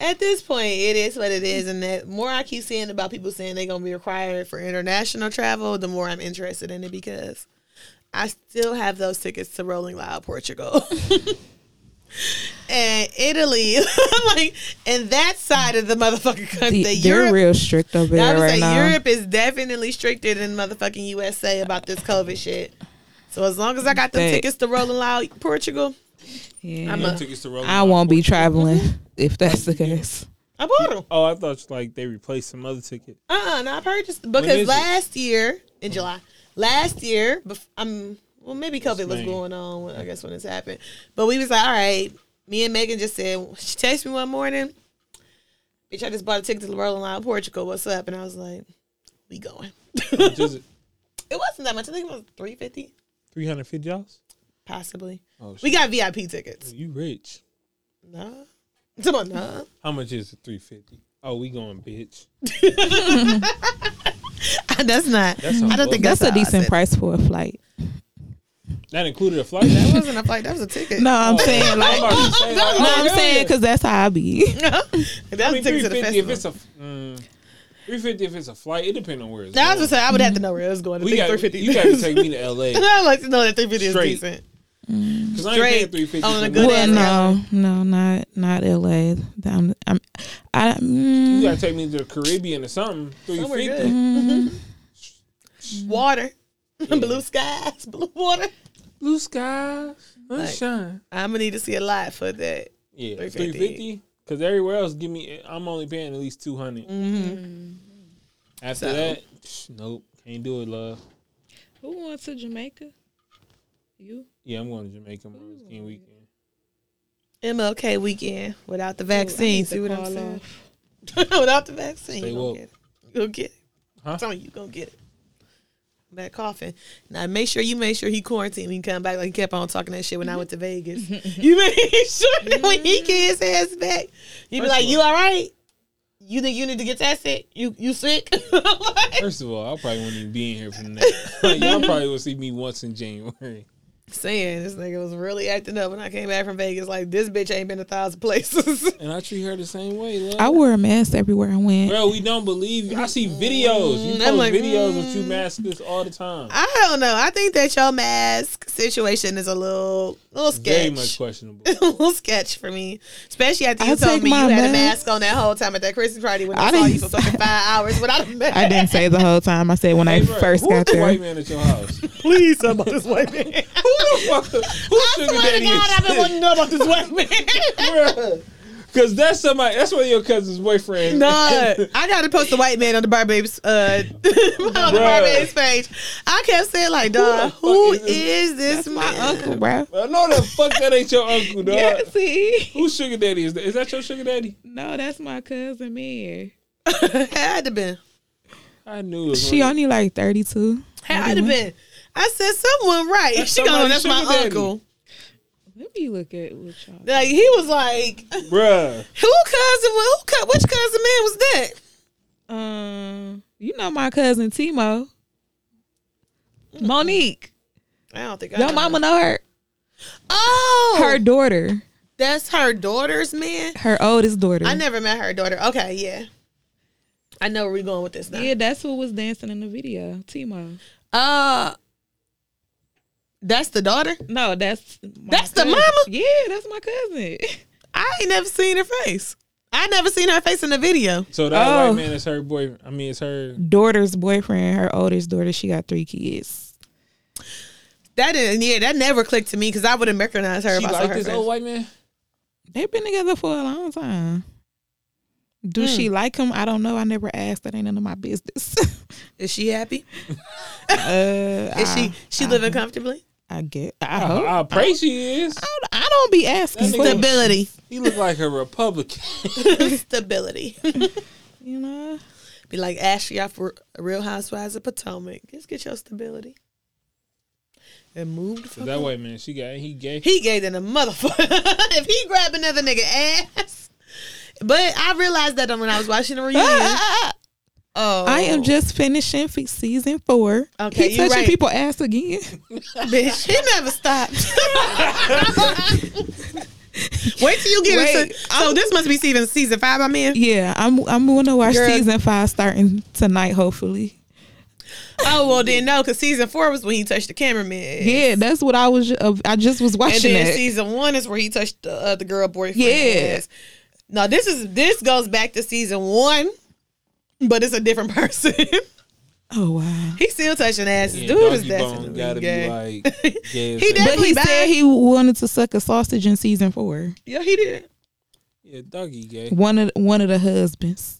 at this point, it is what it is, and that more I keep seeing about people saying they're gonna be required for international travel, the more I'm interested in it because I still have those tickets to Rolling Loud Portugal. And Italy, like, and that side of the motherfucking country, They, are Europe, real strict over I there would right say now. Europe is definitely stricter than motherfucking USA about this COVID shit. So as long as I got the Thanks. tickets to Rolling Loud Portugal, yeah. I'm Mm-hmm. a- Tickets to Rolling I Loud. won't be traveling if that's the case. I bought them. Oh, I thought like they replaced some other ticket. Uh, uh no, I purchased is because it? last year in July, last year, bef- um, well, maybe COVID was May. going on. When, I guess when this happened, but we was like, all right. Me and Megan just said she texted me one morning, bitch. I just bought a ticket to the Rolling Loud Portugal. What's up? And I was like, we going. it Just wasn't that much. I think it was three fifty, three hundred fifty dollars. possibly. Oh, shit. We got VIP tickets. you rich. No, come on, no. How much is it? Three fifty. Oh, we going, bitch. That's not. That's I don't think That's a how I decent said- price for a flight. That included a flight. That wasn't a flight. That was a ticket. No, I'm Oh, saying like, no, I'm about to say, like, oh, I'm hell saying yeah. because that's how I be. that was I a ticket mean, three to the fifty if festival. it's a mm, three fifty if it's a flight. It depends on where it's. Now, I was going. gonna say I would have to know where it was going. I we think got, 350. you got to take me to L.A. I like to know that 350 is Straight. decent. because I ain't paying Straight three fifty. on a good Well, ass no, no, not not L.A. I'm, I'm, I, You mm, got to take me to the Caribbean or something. Three Somewhere fifty. Water, blue skies, blue water. Blue sky, sunshine. I'm gonna need to see a lot for that. Yeah, three 350. fifty. Because everywhere else, give me. I'm only paying at least two After Mm-hmm. So- that, psh, nope, can't do it, love. Who wants to Jamaica? You. Yeah, I'm going to Jamaica on the skiing weekend. MLK weekend without the vaccine. see what I'm saying? without the vaccine, Stay you gonna woke. get it. You gonna get it. Huh? It's on you. Gonna get it. That coffin. Now make sure you make sure he quarantined when he come back. Like he kept on talking that shit when I went to Vegas. you make sure that when he get his ass back, you be First like, of "You all right? You think you need to get tested? You you sick?" Like- First of all, I probably won't even be in here for the next. Like, y'all probably will see me once in January. saying this nigga was really acting up when I came back from Vegas. Like this bitch ain't been a thousand places. And I treat her the same way, love. I wore a mask everywhere I went. Bro, we don't believe you. I see videos. You Mm, I'm post like, videos of you maskless all the time. I don't know. I think that your mask situation is a little little sketch. Very much questionable. a little sketch for me, especially after you I told take me you my had a mask- mask on that whole time at that Christmas party when I, I saw didn't you for fucking five hours without a mask. I didn't say the whole time. I said when I Hey, bro, first who got the there. white man at your house? Who Please tell about this white man. I the fuck? Who sugar swear to daddy God, I've been is? wanting to know about this white man. Bruh. Because that's somebody, that's one of your cousin's boyfriend. No, I got to post a white man on the Bar Babes, uh, on the Bar Bruh. Babes page. I kept saying like, dog, who fuck is is this? my man? uncle, bro. I know the fuck that ain't your uncle, dog. Yeah, see, Whose sugar daddy is that? Is that your sugar daddy? no, that's my cousin, man. Had to been. I knew it was She one of- only like thirty two. Had to been. I said someone right. That's she gonna. somebody's That's my sugar daddy. uncle. Let me look at what y'all. Like he was like, who cousin? Bruh. Who cou- Which cousin man was that? Um, you know my cousin Timo, Monique. I don't think I Your know. mama know her. Oh, Her daughter, that's her daughter's man. her oldest daughter. I never met her daughter. Okay, yeah. I know where we going with this now. Yeah, that's who was dancing in the video, Timo. Uh, that's the daughter. No, that's my That's the cousin. mama? Yeah, that's my cousin. I ain't never seen her face. I never seen her face in the video. So that Oh. white man is her boyfriend. I mean, it's her. Daughter's boyfriend, her oldest daughter. She got three kids. That didn't. Yeah, that never clicked to me because I wouldn't recognize her she if I saw like her this face. old white man? They've been together for a long time. Do she like him? I don't know. I never asked. That ain't none of my business. Is she happy? uh, Is I, she she living comfortably? I get. I I, hope. I, I pray she is. don't, I don't be asking. That for it, nigga- Stability. He look like a Republican. Stability. you know. Be like Ashley off R- Real Housewives of Potomac. Just get your stability. And move the fuck that white man, she got he gay. He gave than a motherfucker. if he grab another nigga ass. But I realized that when I was watching the reunion. oh, I am just finishing fe- season four. Okay, Keep you touching right. people ass again. bitch. He never stopped. Wait till you get Wait, into. So this must be season season five. I'm in. yeah, I'm. I'm gonna watch Girl. season five starting tonight. Hopefully. Oh well, then no, because season four was when he touched the cameraman. Yeah, that's what I was. Uh, I just was And watching then that. season one is where he touched the uh, the girl boyfriend. Yeah. ass. No, this is this goes back to season one, but it's a different person. oh wow! he still touching asses. Yeah, Dude is Donkey Bone definitely gotta gay. be like gay. He as hell. did- But he Definitely bad. said he wanted to suck a sausage in season four. yeah, he did. Yeah, doggy gay. One of one of the husbands.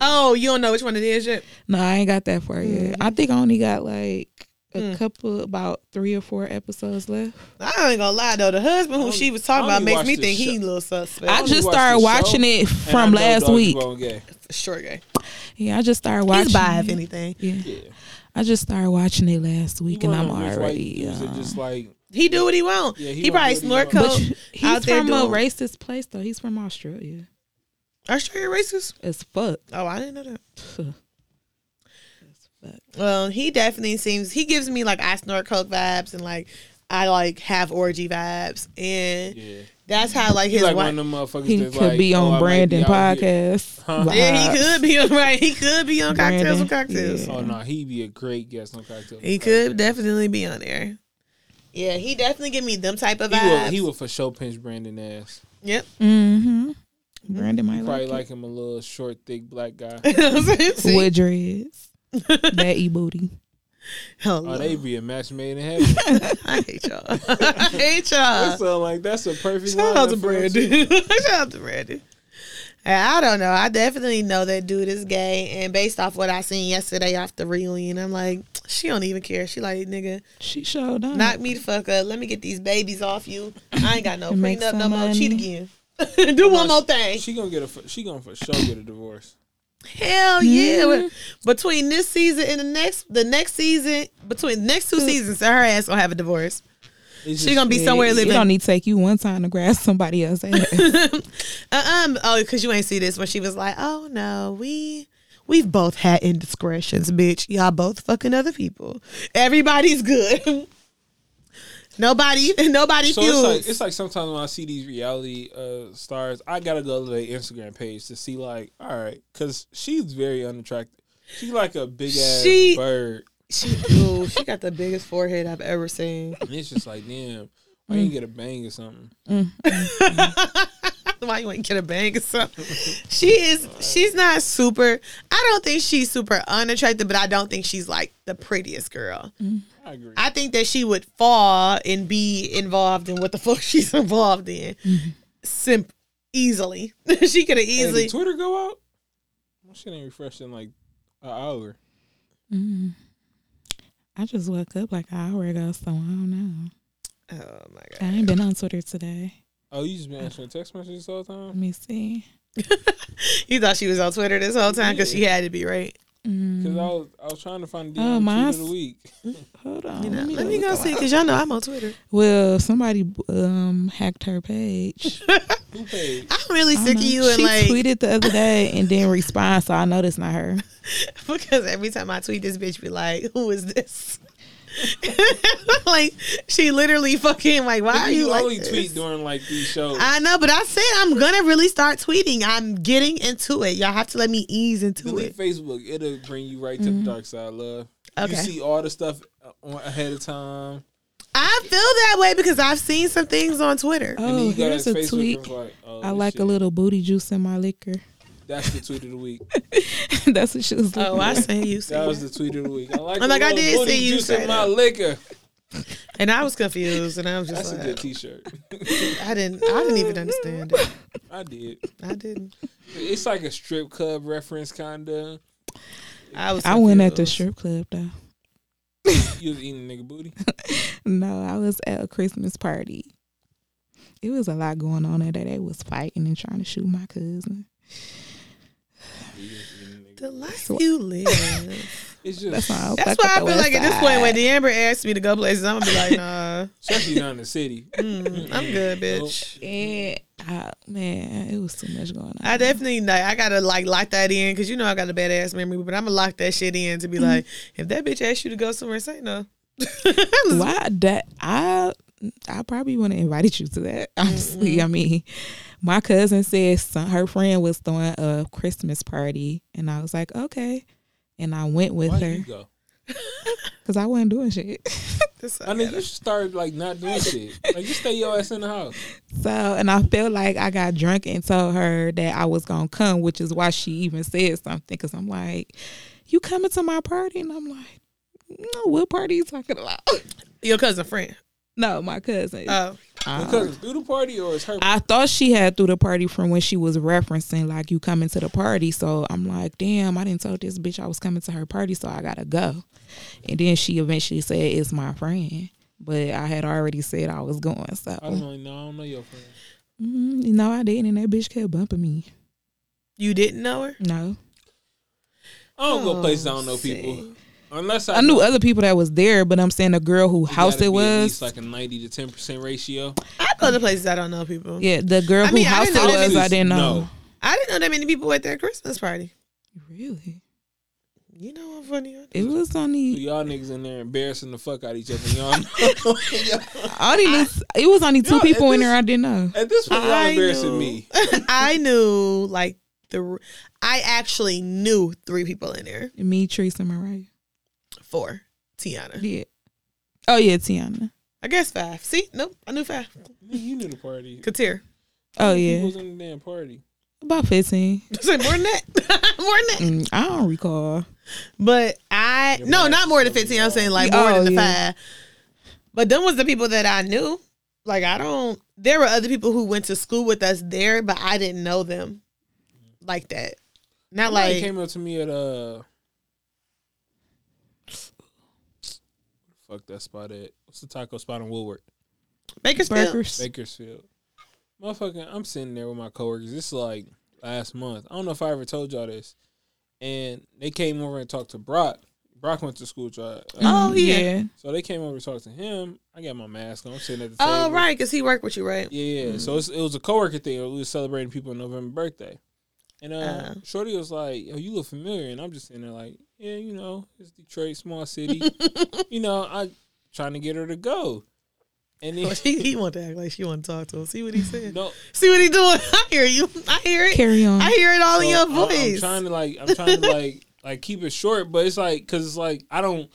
Oh, you don't know which one it is yet. No, I ain't got that far Mm. yet. I think I only got like a couple, about three or four episodes left. I ain't gonna lie though, the husband who I she was talking about only makes me watched the think he show. a little suspect. I only just watched started the watching show, it And I from know last Doggy week. Bone gay. sure gay. Yeah, I just started watching. He's bi, if it. anything. Yeah. Yeah. I just started watching it last week, You and I'm wonder which white already. dudes are uh, just like He do what he want. Yeah, he, he probably don't do what snort he want. coke. he's out there from a doing- racist place, though. He's from Australia. Australia racist? As fuck. Oh, I didn't know that. Well, he definitely seems. He gives me like I snort coke vibes and like I like have orgy vibes, and yeah. that's how like He's his like wife. one of them motherfuckers. He that's could like, be oh, on I might Brandon be out here. podcast. Huh? yeah, he vibes. could be on right. He could be on cocktails Brandon, with cocktails. Uh, yeah. Oh no, he'd be a great guest on cocktail. He could definitely be on there. Yeah, he definitely give me them type of He vibes. would. He would for sure pinch Brandon ass. Yep. Mm-hmm. Brandon might Probably like, like him a little short, thick black guy. it. See? With dreads. that e booty. Oh, Oh, Lord. they be a match made in heaven. I hate y'all. I hate That's y'all. a, like that's a perfect. Shout out to lineup for us. Brandon. Shout out to Brandon. And I don't know. I definitely know that dude is gay, and based off what I seen yesterday off the reunion, I'm like, she don't even care. She like, nigga, She showed up. knock me the fuck up. Let me get these babies off you. I ain't got no And make prenup no some more. money. Cheat again. Do one more thing. She gonna get a. She gonna for sure get a divorce. Hell yeah! But Between this season and the next, the next season, between the next two seasons, her ass gonna have a divorce. It's She gonna be Yeah, somewhere It living. don't need to take you one time to grab somebody else. ass. Uh um. Oh, because you ain't see this when she was like, "Oh no, we we've both had indiscretions, bitch. Y'all both fucking other people. Everybody's good. nobody, nobody So feels. it's like it's like sometimes when I see these reality uh, stars, I gotta go to their Instagram page to see like, all right, because she's very unattractive. She's like a big ass She- bird. she, ooh, she got the biggest forehead I've ever seen. And it's just like, damn, why Mm. you get a bang or something? Why you ain't get a bang or something? She is. She's not super. I don't think she's super unattractive, but I don't think she's like the prettiest girl. Mm-hmm. I agree. I think that she would Mm-hmm. fall and be involved in what the fuck she's involved in. Simp Easily, she could have Hey, easily. did Twitter go out? My shit ain't refreshed in like an hour. Mm. I just woke up like an hour ago, so I don't know. oh my I god! ain't been on Twitter today. Oh, you just been answering text messages all the Let time? me see. You thought she was on Twitter this whole time because she had to be, right? Because Mm. I Mm-hmm. was I was trying to find the Oh, DM tweet mine's- of the week. Hold on. You know, let go me look go at see my- because y'all know I'm on Twitter. Well, somebody um hacked her page. Who paid? I'm really I sick of know. you and she like tweeted the other day and didn't respond, so I know that's not her. because every time I tweet this bitch, be like, "Who is this?" like she literally fucking like, why are you, you like only this? tweet during like these shows. I know, but I said I'm gonna really start tweeting. I'm getting into it. Y'all have to let me ease into Delete it. Facebook. It'll bring you right to the dark side, love. Mm-hmm. Okay. You see all the stuff uh, on- ahead of time. I feel that way because I've seen some things on Twitter. and then Oh, you got here's his a Facebook tweet. and it's like, oh, I this like shit. a little booty juice in my liquor. That's the tweet of the week. that's what she was looking Oh, I for. seen you. That Seen was it. the tweet of the week. I like, I'm like, a I little did booty see you juice say in my that. liquor. and I was confused, and I was That's just a good like, T-shirt. I didn't, I didn't even understand it. I did. I didn't. It's like a strip club reference, kinda. I was. I went at the confused. strip club though. You was eating nigga booty. No, I was at a Christmas party. It was a lot going on that day. They was fighting and trying to shoot my cousin. You was eating nigga- The life you live. It's That's just why. I That's fuck why I with the feel like at this West point, when Side. D'Amber asks me to go places, I'm gonna be like, nah, especially down in the city. mm, I'm good, bitch. And, uh, man, it was too much going on. I definitely like I gotta like lock that in because you know I got a badass memory, but I'm gonna lock that shit in to Mm-hmm. be like, if that bitch asks you to go somewhere, say no. why that I I probably wouldn't have invited you to that. Honestly, Mm-hmm. I mean, my cousin said some, her friend was throwing a Christmas party, and I was like, okay, and I went with Why her you go? because I wasn't doing shit. This- I I mean, gotta- you should start like not doing shit. Like you stay your ass in the house. So, and I feel like I got drunk and told her that I was gonna come, which is why she even said something. Cause I'm like, "You coming to my party?" And I'm like, "No, what party you talking about?" your cousin friend. no, my cousin. Oh, Um, Because through the party or it's her. I thought she had through the party from when she was referencing like you coming to the party. So I'm like, damn, I didn't tell this bitch I was coming to her party, so I gotta go. And then she eventually said it's my friend, but I had already said I was going. So I don't really know. I don't know your friend. Mm, no, I didn't, and that bitch kept bumping me. you didn't know her. No. I don't go Oh, places I don't know see. people. Unless I, I knew other people that was there, but I'm saying the girl who house gotta it be at was. least like a ninety to ten percent ratio. I go to places I don't know people. yeah, the girl I mean, who I house it didn't know was, that I didn't know. No. I didn't know that many people at their Christmas party. Really? You know how funny. I It was only Y'all niggas in there embarrassing the fuck out of each other. Y'all. I only knew, it was only two Yo, people in this- there I didn't know. At this point, y'all I embarrassing knew. me. I knew like the. I actually knew three people in there. Me, Teresa, Mariah. Four. Tiana. Yeah. Oh yeah, Tiana. I guess five. See, nope. I knew five. Nigga, You knew the party. Katir. Oh Who yeah. was in the damn party? About fifteen. Say more than that. more than that. Mm, I don't recall. But I Your no, math not more than is so fifteen. I'm saying like wrong. more Oh, than the yeah. five. But them was the people that I knew. Like I don't. There were other people who went to school with us there, but I didn't know them like that. Not Somebody like came up to me at uh. Fuck that spot at. What's the taco spot in Woolworth? Bakersfield. Burgers. Bakersfield. Motherfucking, I'm sitting there with my coworkers. This is like last month. I don't know if I ever told y'all this. And they came over and talked to Brock. Brock went to school with y'all. Uh, Oh, Mm, yeah. So they came over and talked to him. I got my mask on. I'm sitting at the table. Oh right, because he worked with you, right? Yeah, yeah. So it's, it was a coworker thing. We was celebrating people's November birthday, and uh, Uh. Shorty was like, "Yo, you look familiar," and I'm just sitting there like, "Yeah, you know, it's Detroit, small city. you know, I trying to get her to go." And Well, then she, he wanted to act like she wanted to talk to him. See what he said. no, See what he doing. I hear you. I hear it. Carry on. I hear it all in so your I- I'm, voice. trying to like, I'm trying to like, like keep it short, but it's like, cause it's like I don't.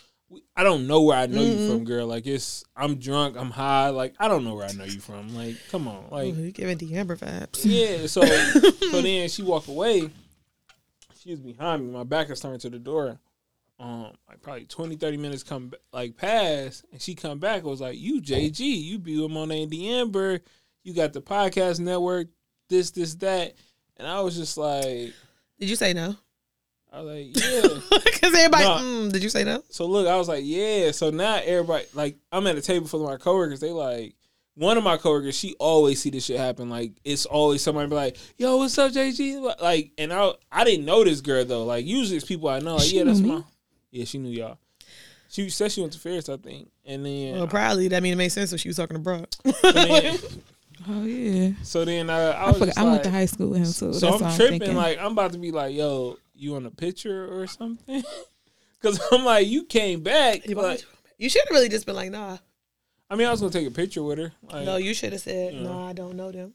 I don't know where I know you Mm-hmm. from, girl. Like it's, I'm drunk, I'm high. Like I don't know where I know you from. Like, come on, like Ooh, you Oh, giving the Amber vibes. Yeah, so so then she walked away. She was behind me. My back is turned to the door. Um, like probably 20, 30 minutes come b- like pass, and she come back. I was like, "You JG, you be with Monet and the Amber. You got the podcast network. this, this, that. And I was just like, Did you say no? I was like, yeah. Because everybody, No. mm, did you say no? So look, I was like, yeah. So now everybody, like, I'm at a table full of my coworkers. They like, one of my coworkers, she always see this shit happen. Like, it's always somebody be like, yo, what's up, JG? Like, and I, I didn't know this girl though. Like, usually it's people I know. Like, She yeah, that's knew me. my. Yeah, she knew y'all. She said she went to Ferris, I think, and then, Well, probably. That mean it makes sense if she was talking to Brock. and then- Oh yeah. so then I, I I, was forgot. just I went like, to high school with him too. so That's all I'm I'm tripping. thinking. like, I'm about to be like, yo, you on a picture or something? Because I'm like, you came back. Like, You should have really just been like, nah. I mean, I was gonna take a picture with her. Like, No, you should have said, Yeah. no, I don't know them.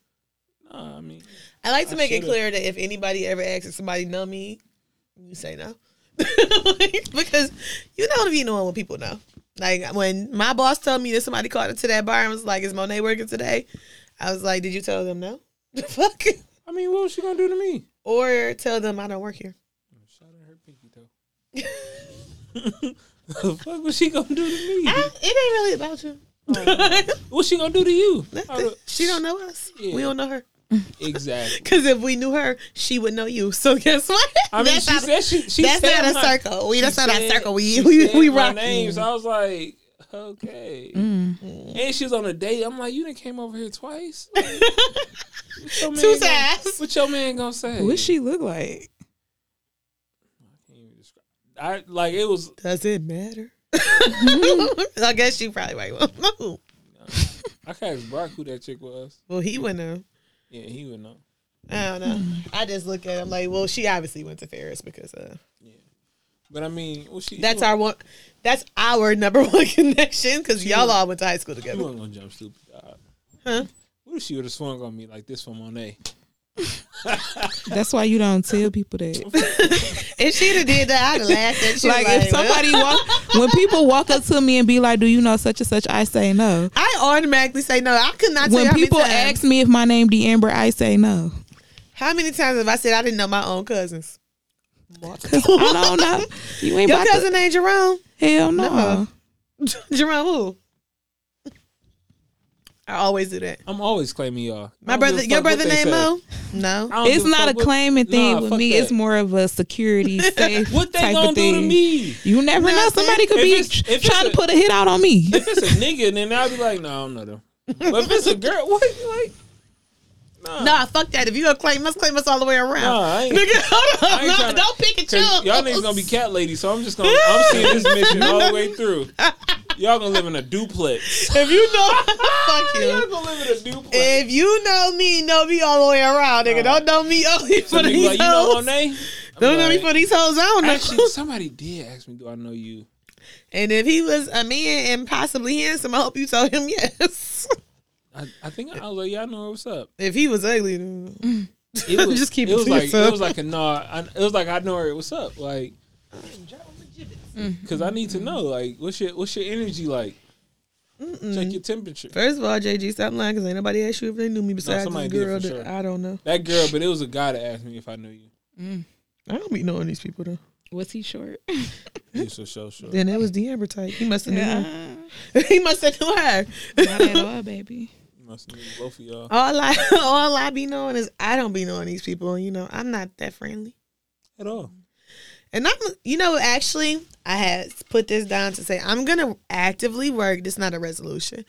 Nah, I mean, I like to I make it should've. clear that if anybody ever asks if somebody know me, you say no. because you don't be knowing when people know. Like when my boss told me that somebody called into that bar and was like, Is Monet working today? I was like, Did you tell them no? The fuck? I mean, what was she gonna do to me? Or tell them I don't work here. Shot in her pinky though. the fuck was she gonna do to me? I- it ain't really about you. What's she gonna do to you? I Nothing. don't- she don't know us. Yeah. We don't know her. Exactly. Because if we knew her, she would know you. So guess what? I mean, That's she not- said she. she that's said not a my- circle. We she that's not said- a circle. We she we said we my rock. names. I was like, okay. Mm. And she was on a date. I'm like, you done came over here twice. Like, what your Two man gonna- times. What your man gonna say? what she look like? Can't even describe. I like it was Does it matter? I guess you probably right. Well, no. I can ask Brock who that chick was. well he wouldn't have. Yeah, he would know. I don't know. I just look at him like, well, she obviously went to Ferris because uh, But I mean, well, she, that's you, our one. That's our number one connection because y'all was- all went to high school You together. weren't gonna jump stupid. dog. Huh? What if she would have swung on me like this for Monet? That's why you don't tell people that. If she'd have did that, I'd have laughed at you. like if somebody walk when people walk up to me and be like, "Do you know such and such?" I say no. I automatically say no. I could not. Tell you When how many people times- ask me if my name D Amber, I say no. How many times have I said I didn't know my own cousins? I don't know. You ain't Your about cousin ain't Jerome. to. Hell no. No. Jerome who? I always do that. I'm always claiming y'all. My brother, your brother named Mo? No. It's not a claiming thing with me. It's more more of a security safe what they type gonna of do thing. to me. You never know. Nothing. Somebody could If be it's- if it's trying a- to put a hit out on me. If it's a nigga, then I'll be like, no, I don't know them. But if it's a girl, what like? Nah, Nah, fuck that. If you gonna claim us, claim us all the way around. Nah, I ain't- Nigga, hold I on. ain't No, tryna- don't pick and 'Cause choose. y'all niggas gonna be cat ladies, so I'm just gonna I'm seeing this mission all the way through. Y'all gonna live in a duplex. If you know, fuck Y'all you. gonna live in a duplex. If you know me, know me all the way around, nigga. Nah. Don't know me Oh, only for Some nigga these like, you know hoes. Monet? I'm Don't know me like, for these hoes. I don't know. Actually, somebody did ask me, "Do I know you?" and if he was a man and possibly handsome, I hope you told him yes. I, I think I was like, "Y'all know what's up." if he was ugly, then- It was Just keep it was to like yourself. it was like a nah. I, it was like I know her. What's up? Like, Mm-hmm. because I need to know. Like, what's your what's your energy like? Check your temperature. First of all, JG, stop lying because ain't nobody asked you if they knew me besides somebody this did girl for that sure. I don't know. That girl, but it was a guy that asked me if I knew you. I don't be knowing these people though. Was he short? You so so sure. Then that was the Amber type. He must have Yeah. known. her. he must have known her. Not at all, baby. You Must know both of y'all. All I all I be knowing is I don't be knowing these people. You know, I'm not that friendly. At all. And I'm, you know, actually, I had put this down to say I'm gonna actively work. This not a resolution,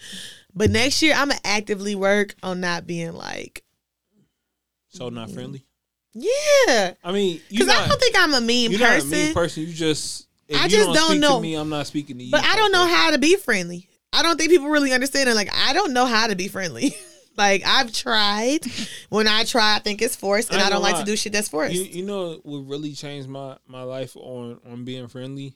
but next year I'm gonna actively work on not being like, So not friendly. yeah, I mean, you because I not, don't think I'm a mean you're not a person. mean person. You just if I you just don't, don't speak know. to me, I'm not speaking to you. But I don't know Like, how to be friendly. I don't think people really understand it. Like I don't know how to be friendly. like I've tried. When I try, I think it's forced, and I I, ain't don't gonna like to lie. do shit that's forced. You, you know what really changed my my life on on being friendly?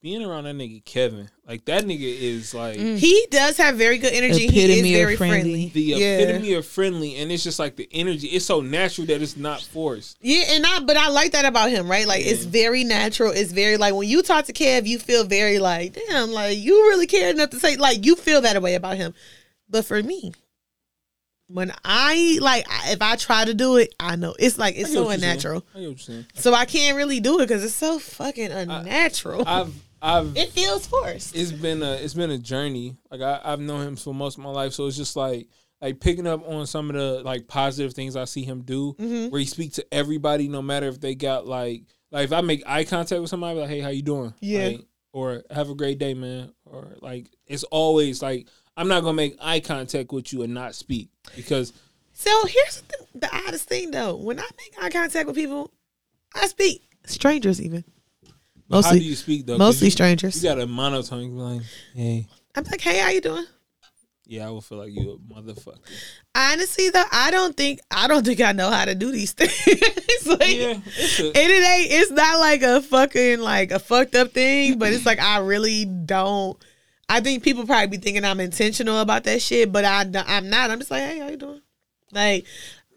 Being around that nigga Kevin. Like that nigga is like he does have very good energy. Epitome he of is very friendly. friendly. the Mm. yeah. epitome of friendly and it's just like the energy. It's so natural that it's not forced. Yeah, and I but I like that about him, right? Like it's very natural. It's very like when you talk to Kev, you feel very like, damn, like you really care enough to say like you feel that way about him. But for me, when I like I- if I try to do it, I know it's like I it's get so what you're saying. unnatural. I get what you're saying. So I can't really do it because it's so fucking unnatural. I've I've it feels forced. it's been a it's been a journey. Like I, I've known him for most of my life, so it's just like like picking up on some of the like positive things I see him do, Mm-hmm. where he speaks to everybody, no matter if they got like like if I make eye contact with somebody, like hey, how you doing? Yeah. Like, or have a great day, man. Or like it's always like I'm not gonna make eye contact with you and not speak because So here's the, th- the oddest thing though. When I make eye contact with people, I speak strangers even. how do Mostly, you speak though? 'Cause mostly you, strangers. You got a monotone. You be like hey, I'm like, hey, how you doing? yeah, I will feel like you a motherfucker. Honestly though, I don't think I don't think I know how to do these things. like, Yeah, it's a, And it ain't. It's not like a fucking like a fucked up thing, but it's like I really don't. I think people probably be thinking I'm intentional about that shit, but I I'm not. I'm just like, hey, how you doing? Like,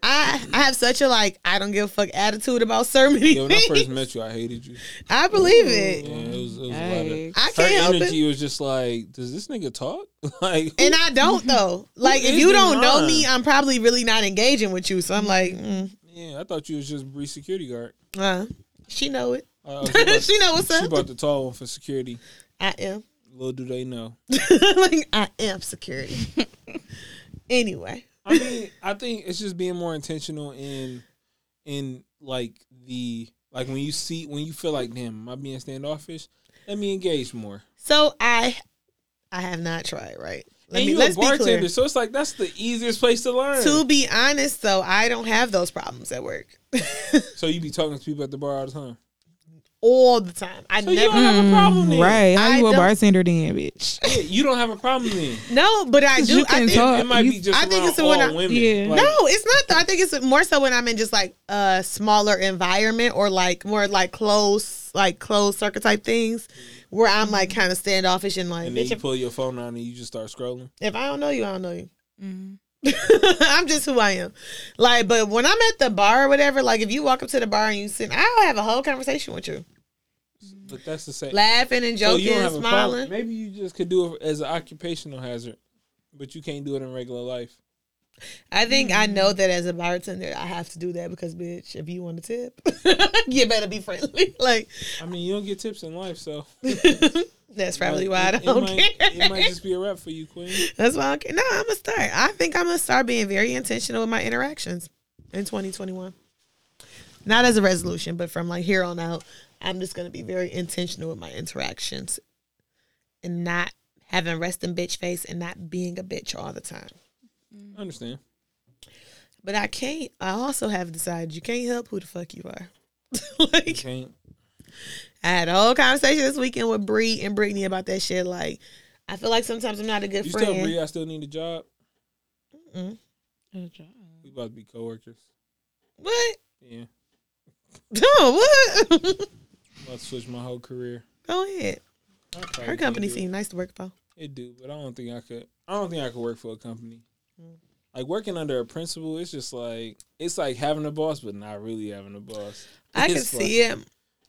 I I have such a like I don't give a fuck attitude about so many yeah, when I things. first met you, I hated you. I believe it. Yeah, it was, it was a lot Hey. of. I Her can't help it. energy was just like, does this nigga talk? like, And I don't though. Like if is you don't in know line? me, I'm probably really not engaging with you. So I'm like, mm, yeah, I thought you was just Bree security guard. uh, she know it. Uh, she bought- she know what's she up. bought the tall one for security. I am. Little do they know. like I am security. anyway. I mean, I think it's just being more intentional in, in like the like when you see when you feel like, damn, am I being standoffish? Let me engage more. So I, I have not tried. Right? Let and me, you a let's be bartender, clear. so it's like that's the easiest place to learn. To be honest, though, I don't have those problems at work So you be talking to people at the bar all the time. all the time. I So you don't never. have a problem then. Right. How I you a don't- bartender then, bitch? Yeah, you don't have a problem then. No, but I do. I you can think, talk. It might be You- just I around think it's all when I- women. Yeah. Like, No, it's not. Though. I think it's more so when I'm in just like a smaller environment or like more like close, like closed circuit type things, where I'm like kind of standoffish and like, And then bitch, you if, pull your phone out and you just start scrolling. if I don't know you, I don't know you. Mm. I'm just who I am. Like, but when I'm at the bar or whatever, like if you walk up to the bar and you sit, I'll have a whole conversation with you, But that's the same. laughing and So joking, and a smiling. Maybe you just could do it as an occupational hazard, but you can't do it in regular life. I think Mm-hmm. I know that as a bartender, I have to do that because, bitch, if you want a tip, you better be friendly. Like, I mean, you don't get tips in life, so that's probably Like, why I it- it don't might- care. It might just be a wrap for you, Queen. That's why I can. No, I'm gonna start. I think I'm gonna start being very intentional with my interactions in 2021. Not as a resolution, but from like here on out, I'm just gonna be very intentional with my interactions and not having resting bitch face and not being a bitch all the time. I understand. But I can't. I also have decided you can't help who the fuck you are. like Can't. I had a whole conversation this weekend with Bree and Brittany about that shit. Like I feel like sometimes I'm not a good You friend. still Bree, I still need a job. That's We about to be coworkers. what? Yeah. No, what? I'm about to switch my whole career. Go ahead. I probably Her can't company do it. seemed nice to work for. It do, but I don't think I could. I don't think I could work for a company. Mm. Like working under a principal, it's just like it's like having a boss, but not really having a boss. I can It's like- see it.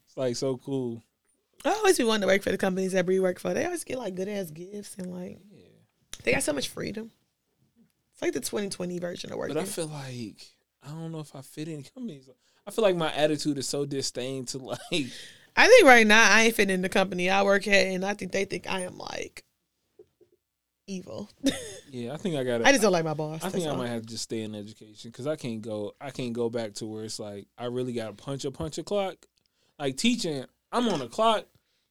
It's like so cool. I always be wanting to work for the companies that we work for. They always get like good ass gifts and like they got so much freedom. It's like the 2020 version of working. But I feel like I don't know if I fit in companies. I feel like my attitude is so disdain to like. I think right now I ain't fitting in the company I work at, and I think they think I am like evil. Yeah, I think I got. I just don't like my boss. I that's think I all. might have to just stay in education because I can't go. I can't go back to where it's like I really got to punch a punch a clock. Like teaching, I'm on a clock,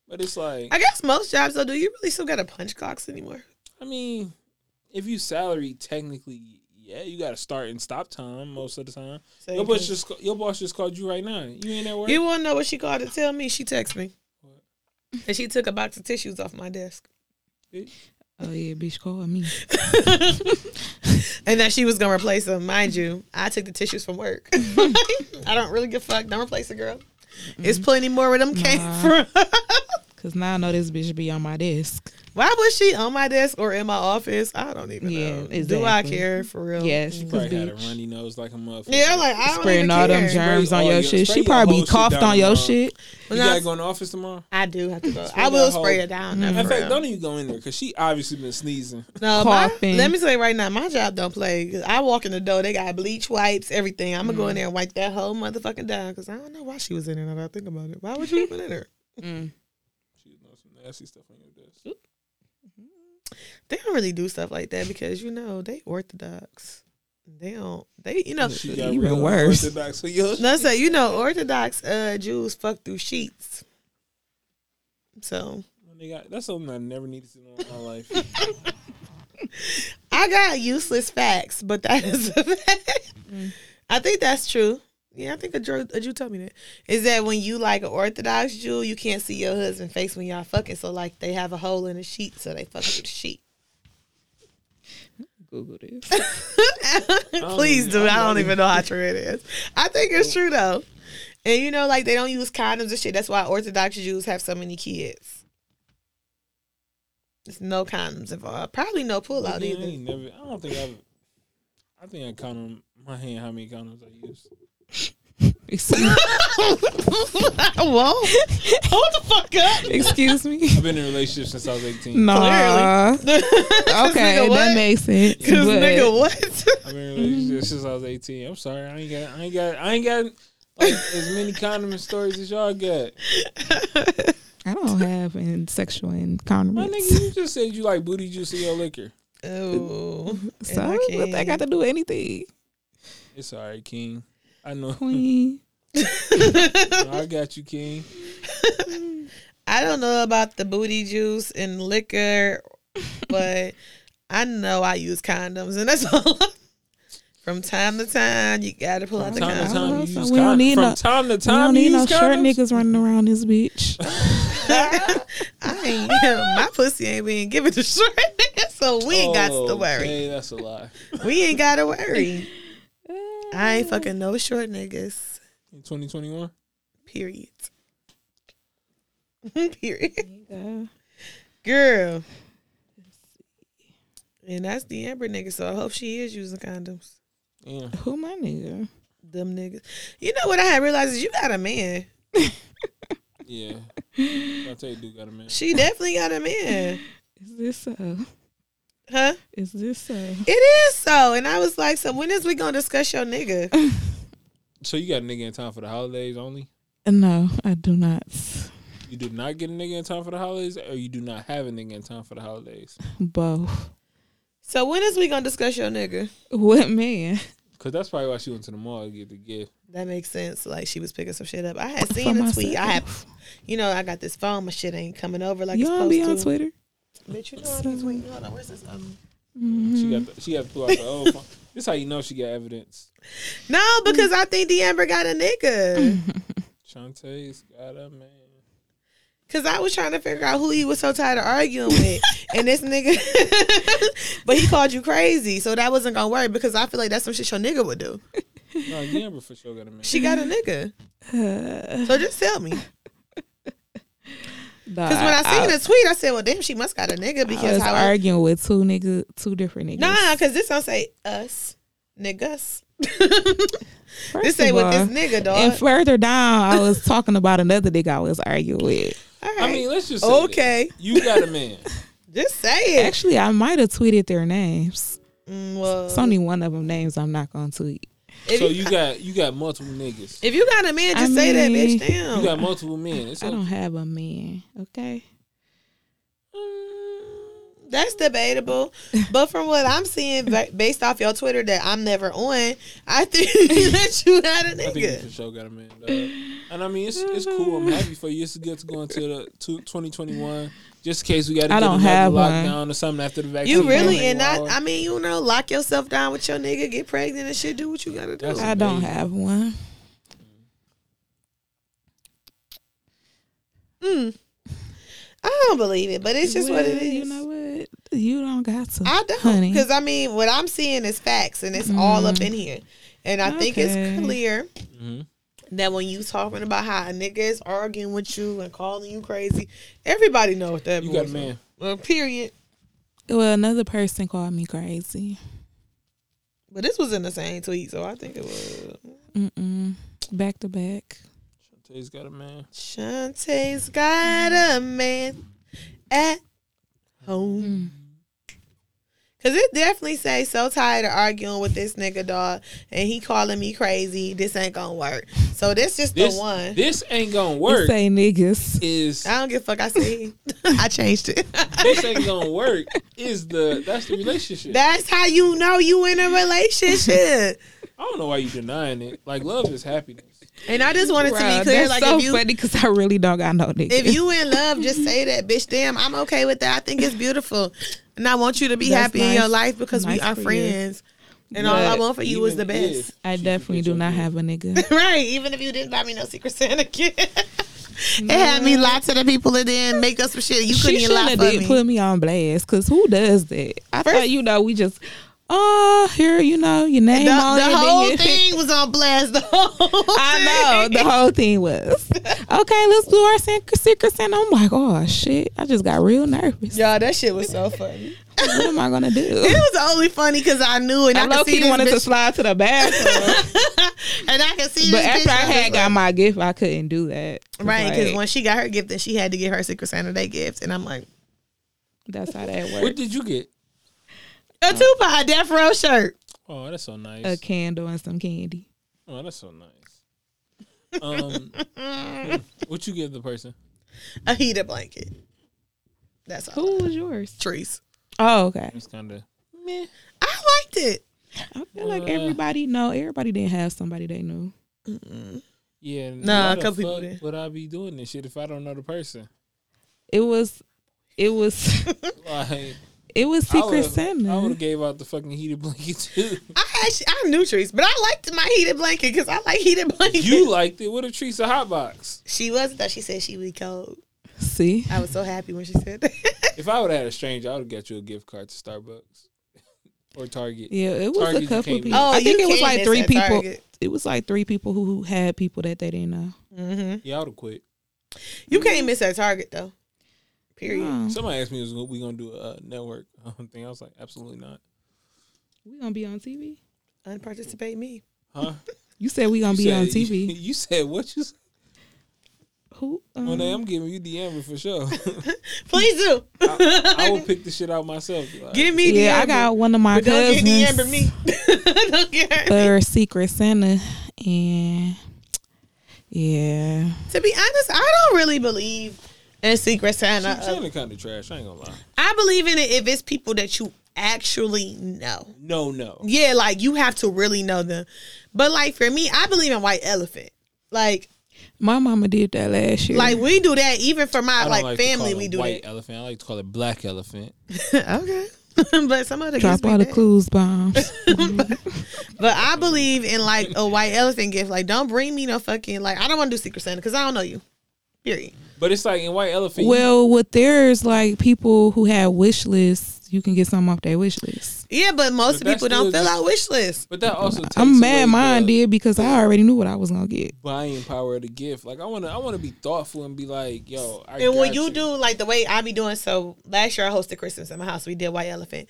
but it's like I guess most jobs though. Do you really still got to punch clocks anymore? I mean, if you salary technically, yeah, you got to start and stop time most of the time. Same your boss thing. just ca- your boss just called you right now. You ain't at work. You want to know what she called to tell me? She texted me, and she took a box of tissues off my desk, Oh yeah, bitch, call me. and that she was gonna replace them. Mind you, I took the tissues from work. I don't really give a fuck. Don't replace the girl. Mm-hmm. It's plenty more where them came Nah. from. Cause now I know this bitch be on my desk. Why was she on my desk or in my office? I don't even Yeah, know. Do I exactly. care for real? Yes, You cause probably had a bitch. runny nose like a motherfucker. Yeah, like I don't Spraying even all them care. germs Spray on all your your- shit. spray She your probably whole shit coughed down on your tomorrow. shit. you gotta go in the office tomorrow. I do have to go. Spray I that will whole- spray it down. though, In for fact, real. don't e- even go in there because she obviously been sneezing. No, my- Coughing. let me tell you right now, my job don't play. 'Cause I walk in the door, they got bleach wipes, everything. I'm Mm-hmm. gonna go in there and wipe that whole motherfucking down because I don't know why she was in there. Now that I think about it, why would you even in there? She knows some nasty stuff on your desk. They don't really do stuff like that because you know they orthodox. They don't. They you know. She got Even real worse. orthodox for you. No, so you know Orthodox uh, Jews fuck through sheets. So Nigga, That's something I never needed to know in my life. I got useless facts, but that is a fact. I think that's true. Yeah, I think a Jew, a Jew told me that. Is that when you like an Orthodox Jew, you can't see your husband face when y'all fucking. So like they have a hole in the sheet, so they fuck through the sheet. Google this. Please do. I don't even know how true it is. I think it's true though. And you know, like they don't use condoms and shit. That's why Orthodox Jews have so many kids. There's no condoms involved. Probably no pull out Yeah, I, either. ain't never, I don't think I've. I think I count on my hand how many condoms I use. Excuse, Whoa. Hold the fuck up. excuse me. I've been in a relationship since I was 18. Nah. Okay, nigga, that what? makes sense. But Cause nigga, what? I've been in a relationship since I was 18. I'm sorry. I ain't got, I ain't got, I ain't got like, as many condom stories as y'all got. I don't have in sexual My incontinence. nigga, you just said you like booty juice in your liquor. Ooh. And So I what that can't. got to do with anything? It's all right, King. I know. Queen. I got you, King. I don't know about the booty juice and liquor, but I know I use condoms, and that's all. From time to time, you gotta pull out From the time to condom. time, know, you so use we don't condoms. need From no- time to I don't time, you need no use short condoms. niggas running around this bitch. I ain't, my pussy ain't being given to short, nigga, so we ain't got to worry. Oh, Okay, that's a lie. We ain't gotta worry. I ain't fucking no short niggas. In 2021, Period. Period. Yeah. Girl. And that's the Amber nigga, so I hope she is using condoms. yeah. Who my nigga? Them niggas. You know what I had realized is you got a man. Yeah. I tell you, dude got a man. She definitely got a man. Is this so? Huh? Is this so? It is so. And I was like, so when is we gonna discuss your nigga? So you got a nigga in time for the holidays only? No, I do not. You do not get a nigga in time for the holidays, or you do not have a nigga in time for the holidays? Both. So when is we gonna discuss your nigga? What man? Because that's probably why she went to the mall to get the gift. That makes sense. Like she was picking some shit up. I had For seen a tweet. I had myself. you know, I got this phone, my shit ain't coming over like you it's don't supposed be to. on Twitter. Bitch, you know I be tweeting. Hold on, where's this um She got the, she had to pull out the old phone. This how you know she got evidence. No, because I think the Amber got a nigga. Shantae's got a man. Cause I was trying to figure out who he was so tired of arguing with, and this nigga, but he called you crazy, so that wasn't gonna work because I feel like that's some shit your nigga would do. No, Amber for sure got a man. She got a nigga. Because So just tell me. Because when I seen the tweet, I said, "Well, damn, she must got a nigga I because was how?" I, arguing with two niggas, two different niggas. nah, because this don't say us niggas. First this say of with all, this nigga dog. And further down, I was talking about another nigga I was arguing with. All right. I mean, let's just say this. okay, You got a man. just say it. Actually, I might have tweeted their names. Mm, well, It's only one of them names I'm not gonna tweet. if, so you got you got multiple niggas. if you got a man, I just say that, mean- bitch. You Damn. got multiple men. It's I okay. don't have a man. Okay. That's debatable, but from what I'm seeing, ba- based off your Twitter that I'm never on, I think that you got a I think you for nigga. sure got a man. Dog. And I mean, it's it's cool. I'm happy for you. It's good to go into the two, 2021 just in case we got to I get don't another have one. lockdown or something after the vaccine. You really Like, and wow. not. I mean, you know, lock yourself down with your nigga, get pregnant and shit. Do what you gotta do. That's I don't amazing. have one. I don't believe it, but it's just what it Well, is. You know what? You don't got to. I don't, honey. Mm-hmm. because I mean, what I'm seeing is facts, and it's all up in here. And I think Okay. it's clear Mhm. that when you talking about how a nigga is arguing with you and calling you crazy, everybody know what that You got a means. man. Well, period. Well, another person called me crazy. But this was in the same tweet, so I think it was Mm-mm. Back to back. Shantae's got a man. Shantae's Mm-hmm. Mm-hmm. got a man at home. Cause it definitely say so tired of arguing with this nigga dog, and he calling me crazy. This ain't gonna work. So this just This the one. this ain't gonna You work. say niggas. Is I don't give a fuck. I say he. I changed it. this ain't gonna work? Is the that's the relationship? That's how you know you in a relationship. I don't know why you denying it. Like love is happiness. and I just wanted to Bruh, be clear, that's like so if you funny because I really don't got no niggas. if you in love, just say that, bitch. Damn, I'm okay with that. I think it's beautiful, and I want you to be That's happy in your nice. life because we Nice are for you. friends. And all But I want for you is the even best. if I she definitely forgets do your not gift, have a nigga. Right, even if you didn't buy me no Secret Santa kit. It had me lie to the people and then make up some shit. You couldn't Mm-hmm. She even shouldn't lie have for did me. put me on blast because who does that? I thought you know we just oh here you know your The, name the on it. then whole you- thing was on blast. The whole I know thing. the whole thing was okay. Let's do our secret secret Santa. I'm like oh shit. I just got real nervous. Y'all, that shit was so funny. What am I gonna do? It was only funny because I knew and I, I low could see key this wanted to bitch, slide to the bathroom, and I could see. but this after bitch, I and was had like- got my gift, I couldn't do that. Right, because Like, when she got her gift, then she had to get her Secret Santa Day gift, and I'm like, that's how that What worked. did you get? a Tupac Death Row shirt. Oh, that's so nice. A candle and some candy. Oh, that's so nice. Um, what you give the person? a heater blanket. That's all. Who was yours? Trees. Oh okay. It's kind of I liked it. I feel like Uh, everybody know everybody didn't have somebody they knew. yeah. Nah, why a the couple people fuck did. Would I be doing this shit if I don't know the person? It was, it was, Like, it was I Secret would've- I would Santa. have gave out the fucking heated blanket too. I actually I knew trees, but I liked my heated blanket because I like heated blankets. you liked it. What a treat's a hot box. she wasn't though. She said she would cold. See, I was so happy when she said that. If I would have had a stranger, I would have got you a gift card to Starbucks or Target. yeah, it was Target a you couple can't people. miss. Oh, I think you it was can't like miss three at people. Target. It was like three people who, who had people that they didn't know. mm-hmm. Yeah, I would have quit. You can't miss her Target though. Period. Oh, Somebody asked me, "Was we gonna do a network um, thing?" I was like, "Absolutely not." we gonna be on TV. Unparticipate me. Huh? You said we gonna You be on said- TV. You said what you said. who? Um, One day I'm giving you the amber for sure. Please do. I would pick the shit out myself. Like, Give me the yeah, I Amber. got one of my But don't get the Amber cousins me. don't get her. for Secret Santa, and yeah, To be honest, I don't really believe in Secret Santa. Secret Santa kind of trash. I ain't gonna lie. I believe in it if it's people that you actually know. No, no. Yeah, like you have to really know them. But like for me, I believe in White Elephant. Like, my mama did that last year. like we do that even for I my don't like, to family. call it We do white elephant. I like to call it black elephant. that. okay, but some other drop kids be all the bad. clues bombs. But I believe in like a White Elephant gift. Like, don't bring me no fucking like. I don't want to do Secret Santa because I don't know you. Period. But it's like in white elephant. you- Well, with theirs, like people who have wish lists, you can get some off their wish list. Yeah, but most But that's people don't still fill just- out wish lists. but that also takes I'm mad away mine the did because I already knew what I was gonna get. buying power of the gift. Like I wanna, I wanna be thoughtful and be like, yo. I And when got you do like the way I be doing, so last year I hosted Christmas at my house. We did White Elephant.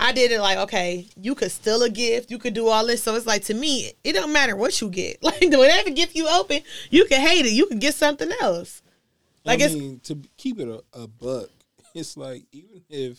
I did it like okay, you could steal a gift, you could do all this. So it's like to me, it don't matter what you get. Like whatever gift you open, you can hate it, you can get something else. Like I it's mean, to keep it a, a buck, it's like even if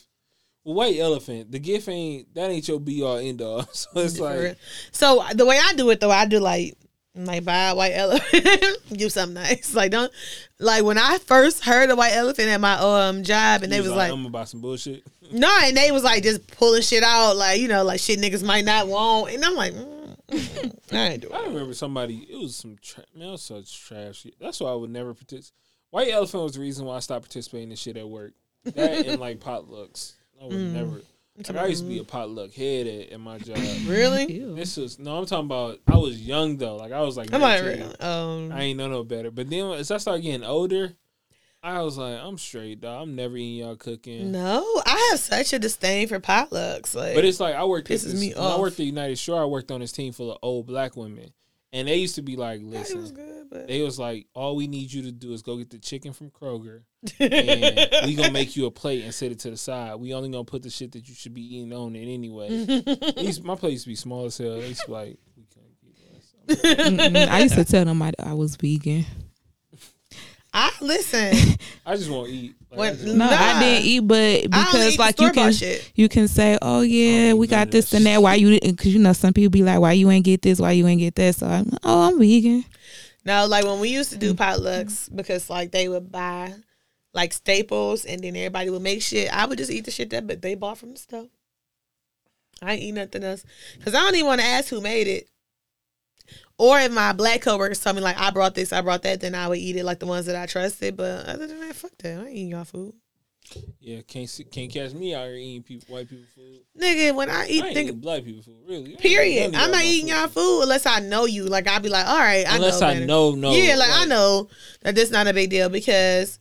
well, white elephant, the gift ain't that ain't your be all end all. So it's for real. like so the way I do it though, I do like like buy a white elephant, give something nice. Like don't like when I first heard of white elephant at my um job, and they you was like I'm about some bullshit. No, and they was like just pulling shit out, like you know, like shit niggas might not want, and I'm like, mm, mm, I ain't doing. I it. remember somebody. It was some tra- man, it was such trash. shit. That's why I would never participate. White elephant was the reason why I stopped participating in shit at work. That and like potlucks. I would Mm. never. Like, I used to be a potluck head at, at my job. Really? Ew. this was no. I'm talking about. I was young though. Like I was like. I'm like, 19. really? Um, I ain't know no better. But then as I started getting older, I was like, I'm straight, dog. I'm never eating y'all cooking. no, I have such a disdain for potlucks. Like, But it's like I worked. at Pisses this, me when off. I worked at United Shore. I worked on this team full of old black women, and they used to be like, it was listen. good, but They was like, all we need you to do is go get the chicken from Kroger, and we gonna make you a plate and set it to the side. We only gonna put the shit that you should be eating on it anyway. It used- my plate used to be small as hell. They used to be like, we can't get this. I'm like, Mm-mm. I used to tell them I, I was vegan. I listen. I just want to eat. When- I- No, I Nah. didn't eat, but because eat the like you store-bought can shit. you can say, oh yeah, Oh, we got this and yes. that. Why you? didn't Because you know some people be like, why you ain't get this? Why you ain't get that? So I'm, oh, I'm vegan. No, like when we used to do potlucks because like they would buy like staples and then everybody would make shit. I would just eat the shit that but they bought from the store. I ain't eat nothing else because I don't even want to ask who made it. Or if my black coworkers tell me like I brought this, I brought that, then I would eat it like the ones that I trusted. But other than that, fuck that. I ain't eating y'all food. Yeah, can't see- can't catch me out here eating people, white people food. Nigga, when I I eat ain't think eating black people food, really. I ain't period. eating I'm not no eating y'all food unless I know you. Like I'd be like, all right, I Unless know I better. know, no. yeah, like I know that this not a big deal because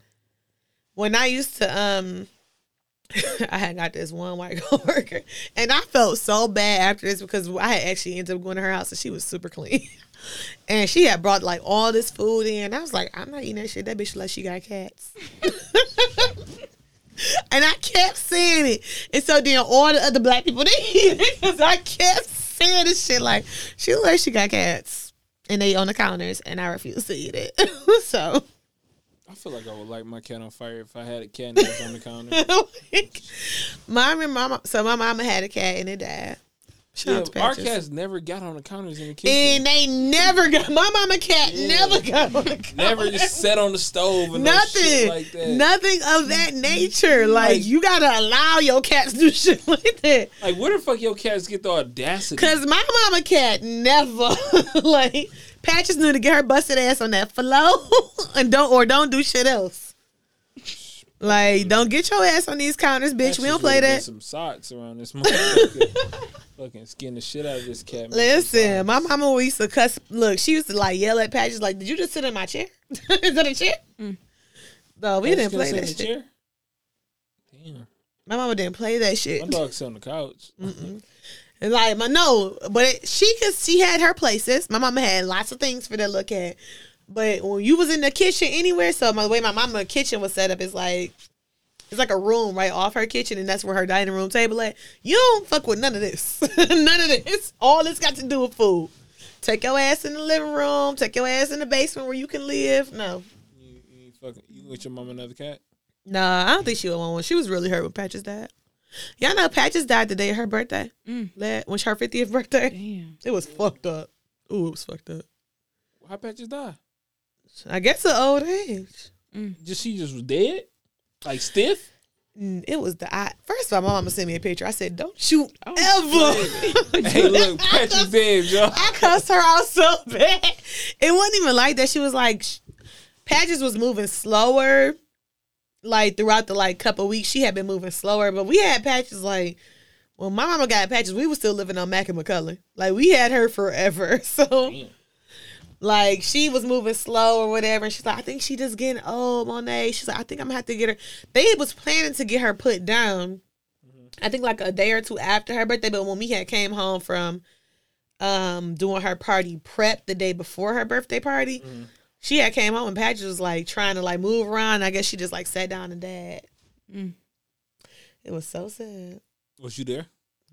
when I used to um I had got this one white coworker and I felt so bad after this because I had actually ended up going to her house and she was super clean. And she had brought like all this food in. I was like, I'm not eating that shit. That bitch like she got cats. and I kept saying it. And so then all the other black people they eat it because I kept saying this shit like she look like she got cats. And they on the counters and I refused to eat it. so I feel like I would light my cat on fire if I had a cat and it was on the counter. like, my my mama so my mama had a cat and it died. Shout Yeah, out to our Patches. cats never got on the counters in the kitchen. and they never got my mama cat never got on the counter. never just sat on the stove and nothing nothing, like that. nothing of that nature. Like, Like- you gotta allow your cats to do shit like that. Like where the fuck your cats get the audacity? Cause my mama cat never like Patches knew to get her busted ass on that flow and don't or don't do shit else. Like, don't get your ass on these counters, bitch. Patches we don't play would've been that. Some socks around this motherfucker. Fucking skin the shit out of this cat. man. Listen, my mama used to cuss. Look, she used to like yell at Patches, like, "Did you just sit in my chair? Is that a chair?" Mm. No, we Patches didn't gonna play sit in that the shit. chair? Damn, My mama didn't play that shit. my dog sit on the couch. Mm. And like my no, but it, she could she had her places. My mama had lots of things for that look at. But when you was in the kitchen anywhere, so my the way my mama kitchen was set up is like it's like a room right off her kitchen, and that's where her dining room table at. You don't fuck with none of this, none of this. All it's got to do with food. Take your ass in the living room. Take your ass in the basement where you can live. No, You, you ain't fucking you with your mom another cat? nah, I don't think she would want one. She was really hurt when Patches died. Y'all know Patches died the day of her birthday, Mm. La- when her fiftieth birthday. Damn. It was fucked up. Ooh, it was fucked up. Why Patches die? I guess an old age. Just she just was dead, like stiff. Mm, It was the I first of all, my mama sent me a picture. I said, Don't shoot ever. Oh, hey, look, Patches dead, y'all. I cussed her out so bad. It wasn't even like that. She was like sh- Patches was moving slower. Like throughout the like couple weeks, she had been moving slower. But we had patches like when my mama got patches, we were still living on Mac and McCullough. Like we had her forever. So Damn. like she was moving slow or whatever. And she's like, I think she just getting old, Monet. She's like, I think I'm gonna have to get her. They was planning to get her put down. I think like a day or two after her birthday, but when we had came home from um doing her party prep the day before her birthday party, Mm-hmm. she had came home and Patrick was like trying to like move around. I guess she just like sat down and died. Mm. It was so sad. Was you there?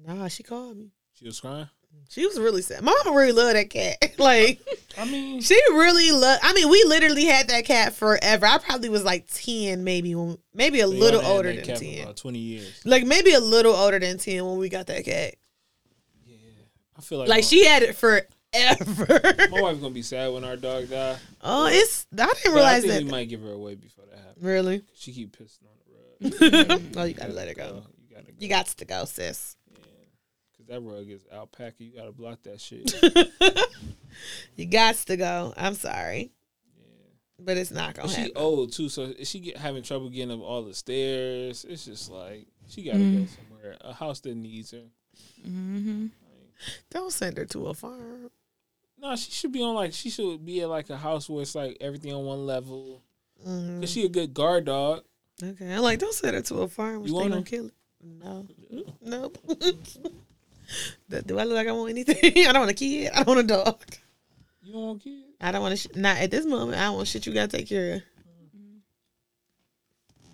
Nah, she called me. She was crying. She was really sad. My mama really loved that cat. like I mean, She really loved. I mean, we literally had that cat forever. I probably was like ten, maybe when, maybe a so y'all little had that older than cat for ten. About Twenty years. Like maybe a little older than ten when we got that cat. I feel like Like my, she had it forever. my wife's gonna be sad when our dog die. oh, it's. I didn't But I realize think that. we might give her away before that happens. Really? She keep pissing on the rug. oh, you gotta let her go. Oh, You gotta go. You got to go, sis. Cause that rug is alpaca. You gotta block that shit. You got to go. I'm sorry, but it's not gonna she happen. old too, so she get, having trouble getting up all the stairs. It's just like she gotta go Mm. somewhere. A house that needs her. Mm-hmm. Don't send her to a farm. No, she should be on like she should be at like a house where it's like everything on one level. Mm, Cause she a good guard dog. okay, I'm like, don't send her to a farm. Which You they want gonna her? kill it. No. Nope. Do- Do I look like I want anything? I don't want a kid. I don't want a dog. You don't want kids. I don't want to. Sh- not at this moment. I want shit you gotta take care of. Mm-hmm.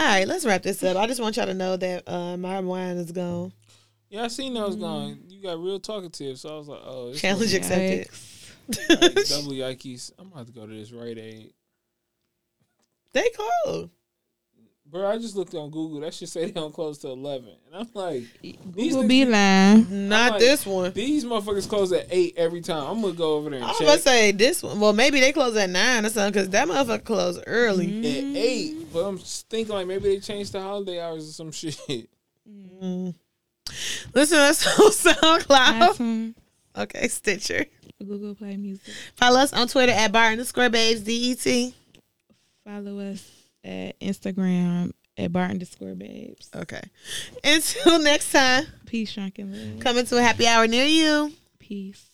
All right, let's wrap this up. I just want y'all to know that uh, my wine is gone. Yeah, I seen that was gone. You got real talkative, so I was like, oh, this Challenge accepted. like double yikes. I'm about to go to this Rite Aid. They cold. Bro, I just looked on Google. That shit say they don't close till eleven, and I'm like, these Google niggas- be lying. Not like, this one. these motherfuckers close at eight every time. I'm gonna go over there and I'm check. gonna say this one. Well, maybe they close at nine or something because that motherfucker closed early. at eight, but I'm just thinking like maybe they changed the holiday hours or some shit. Listen to us on SoundCloud. iTunes, Okay, Stitcher. Google Play Music. Follow us on Twitter at bar underscore babes E det. Follow us at Instagram at Barton underscore babes. Okay. Until next time, Peace, drunk and love. coming to a happy hour near you. Peace.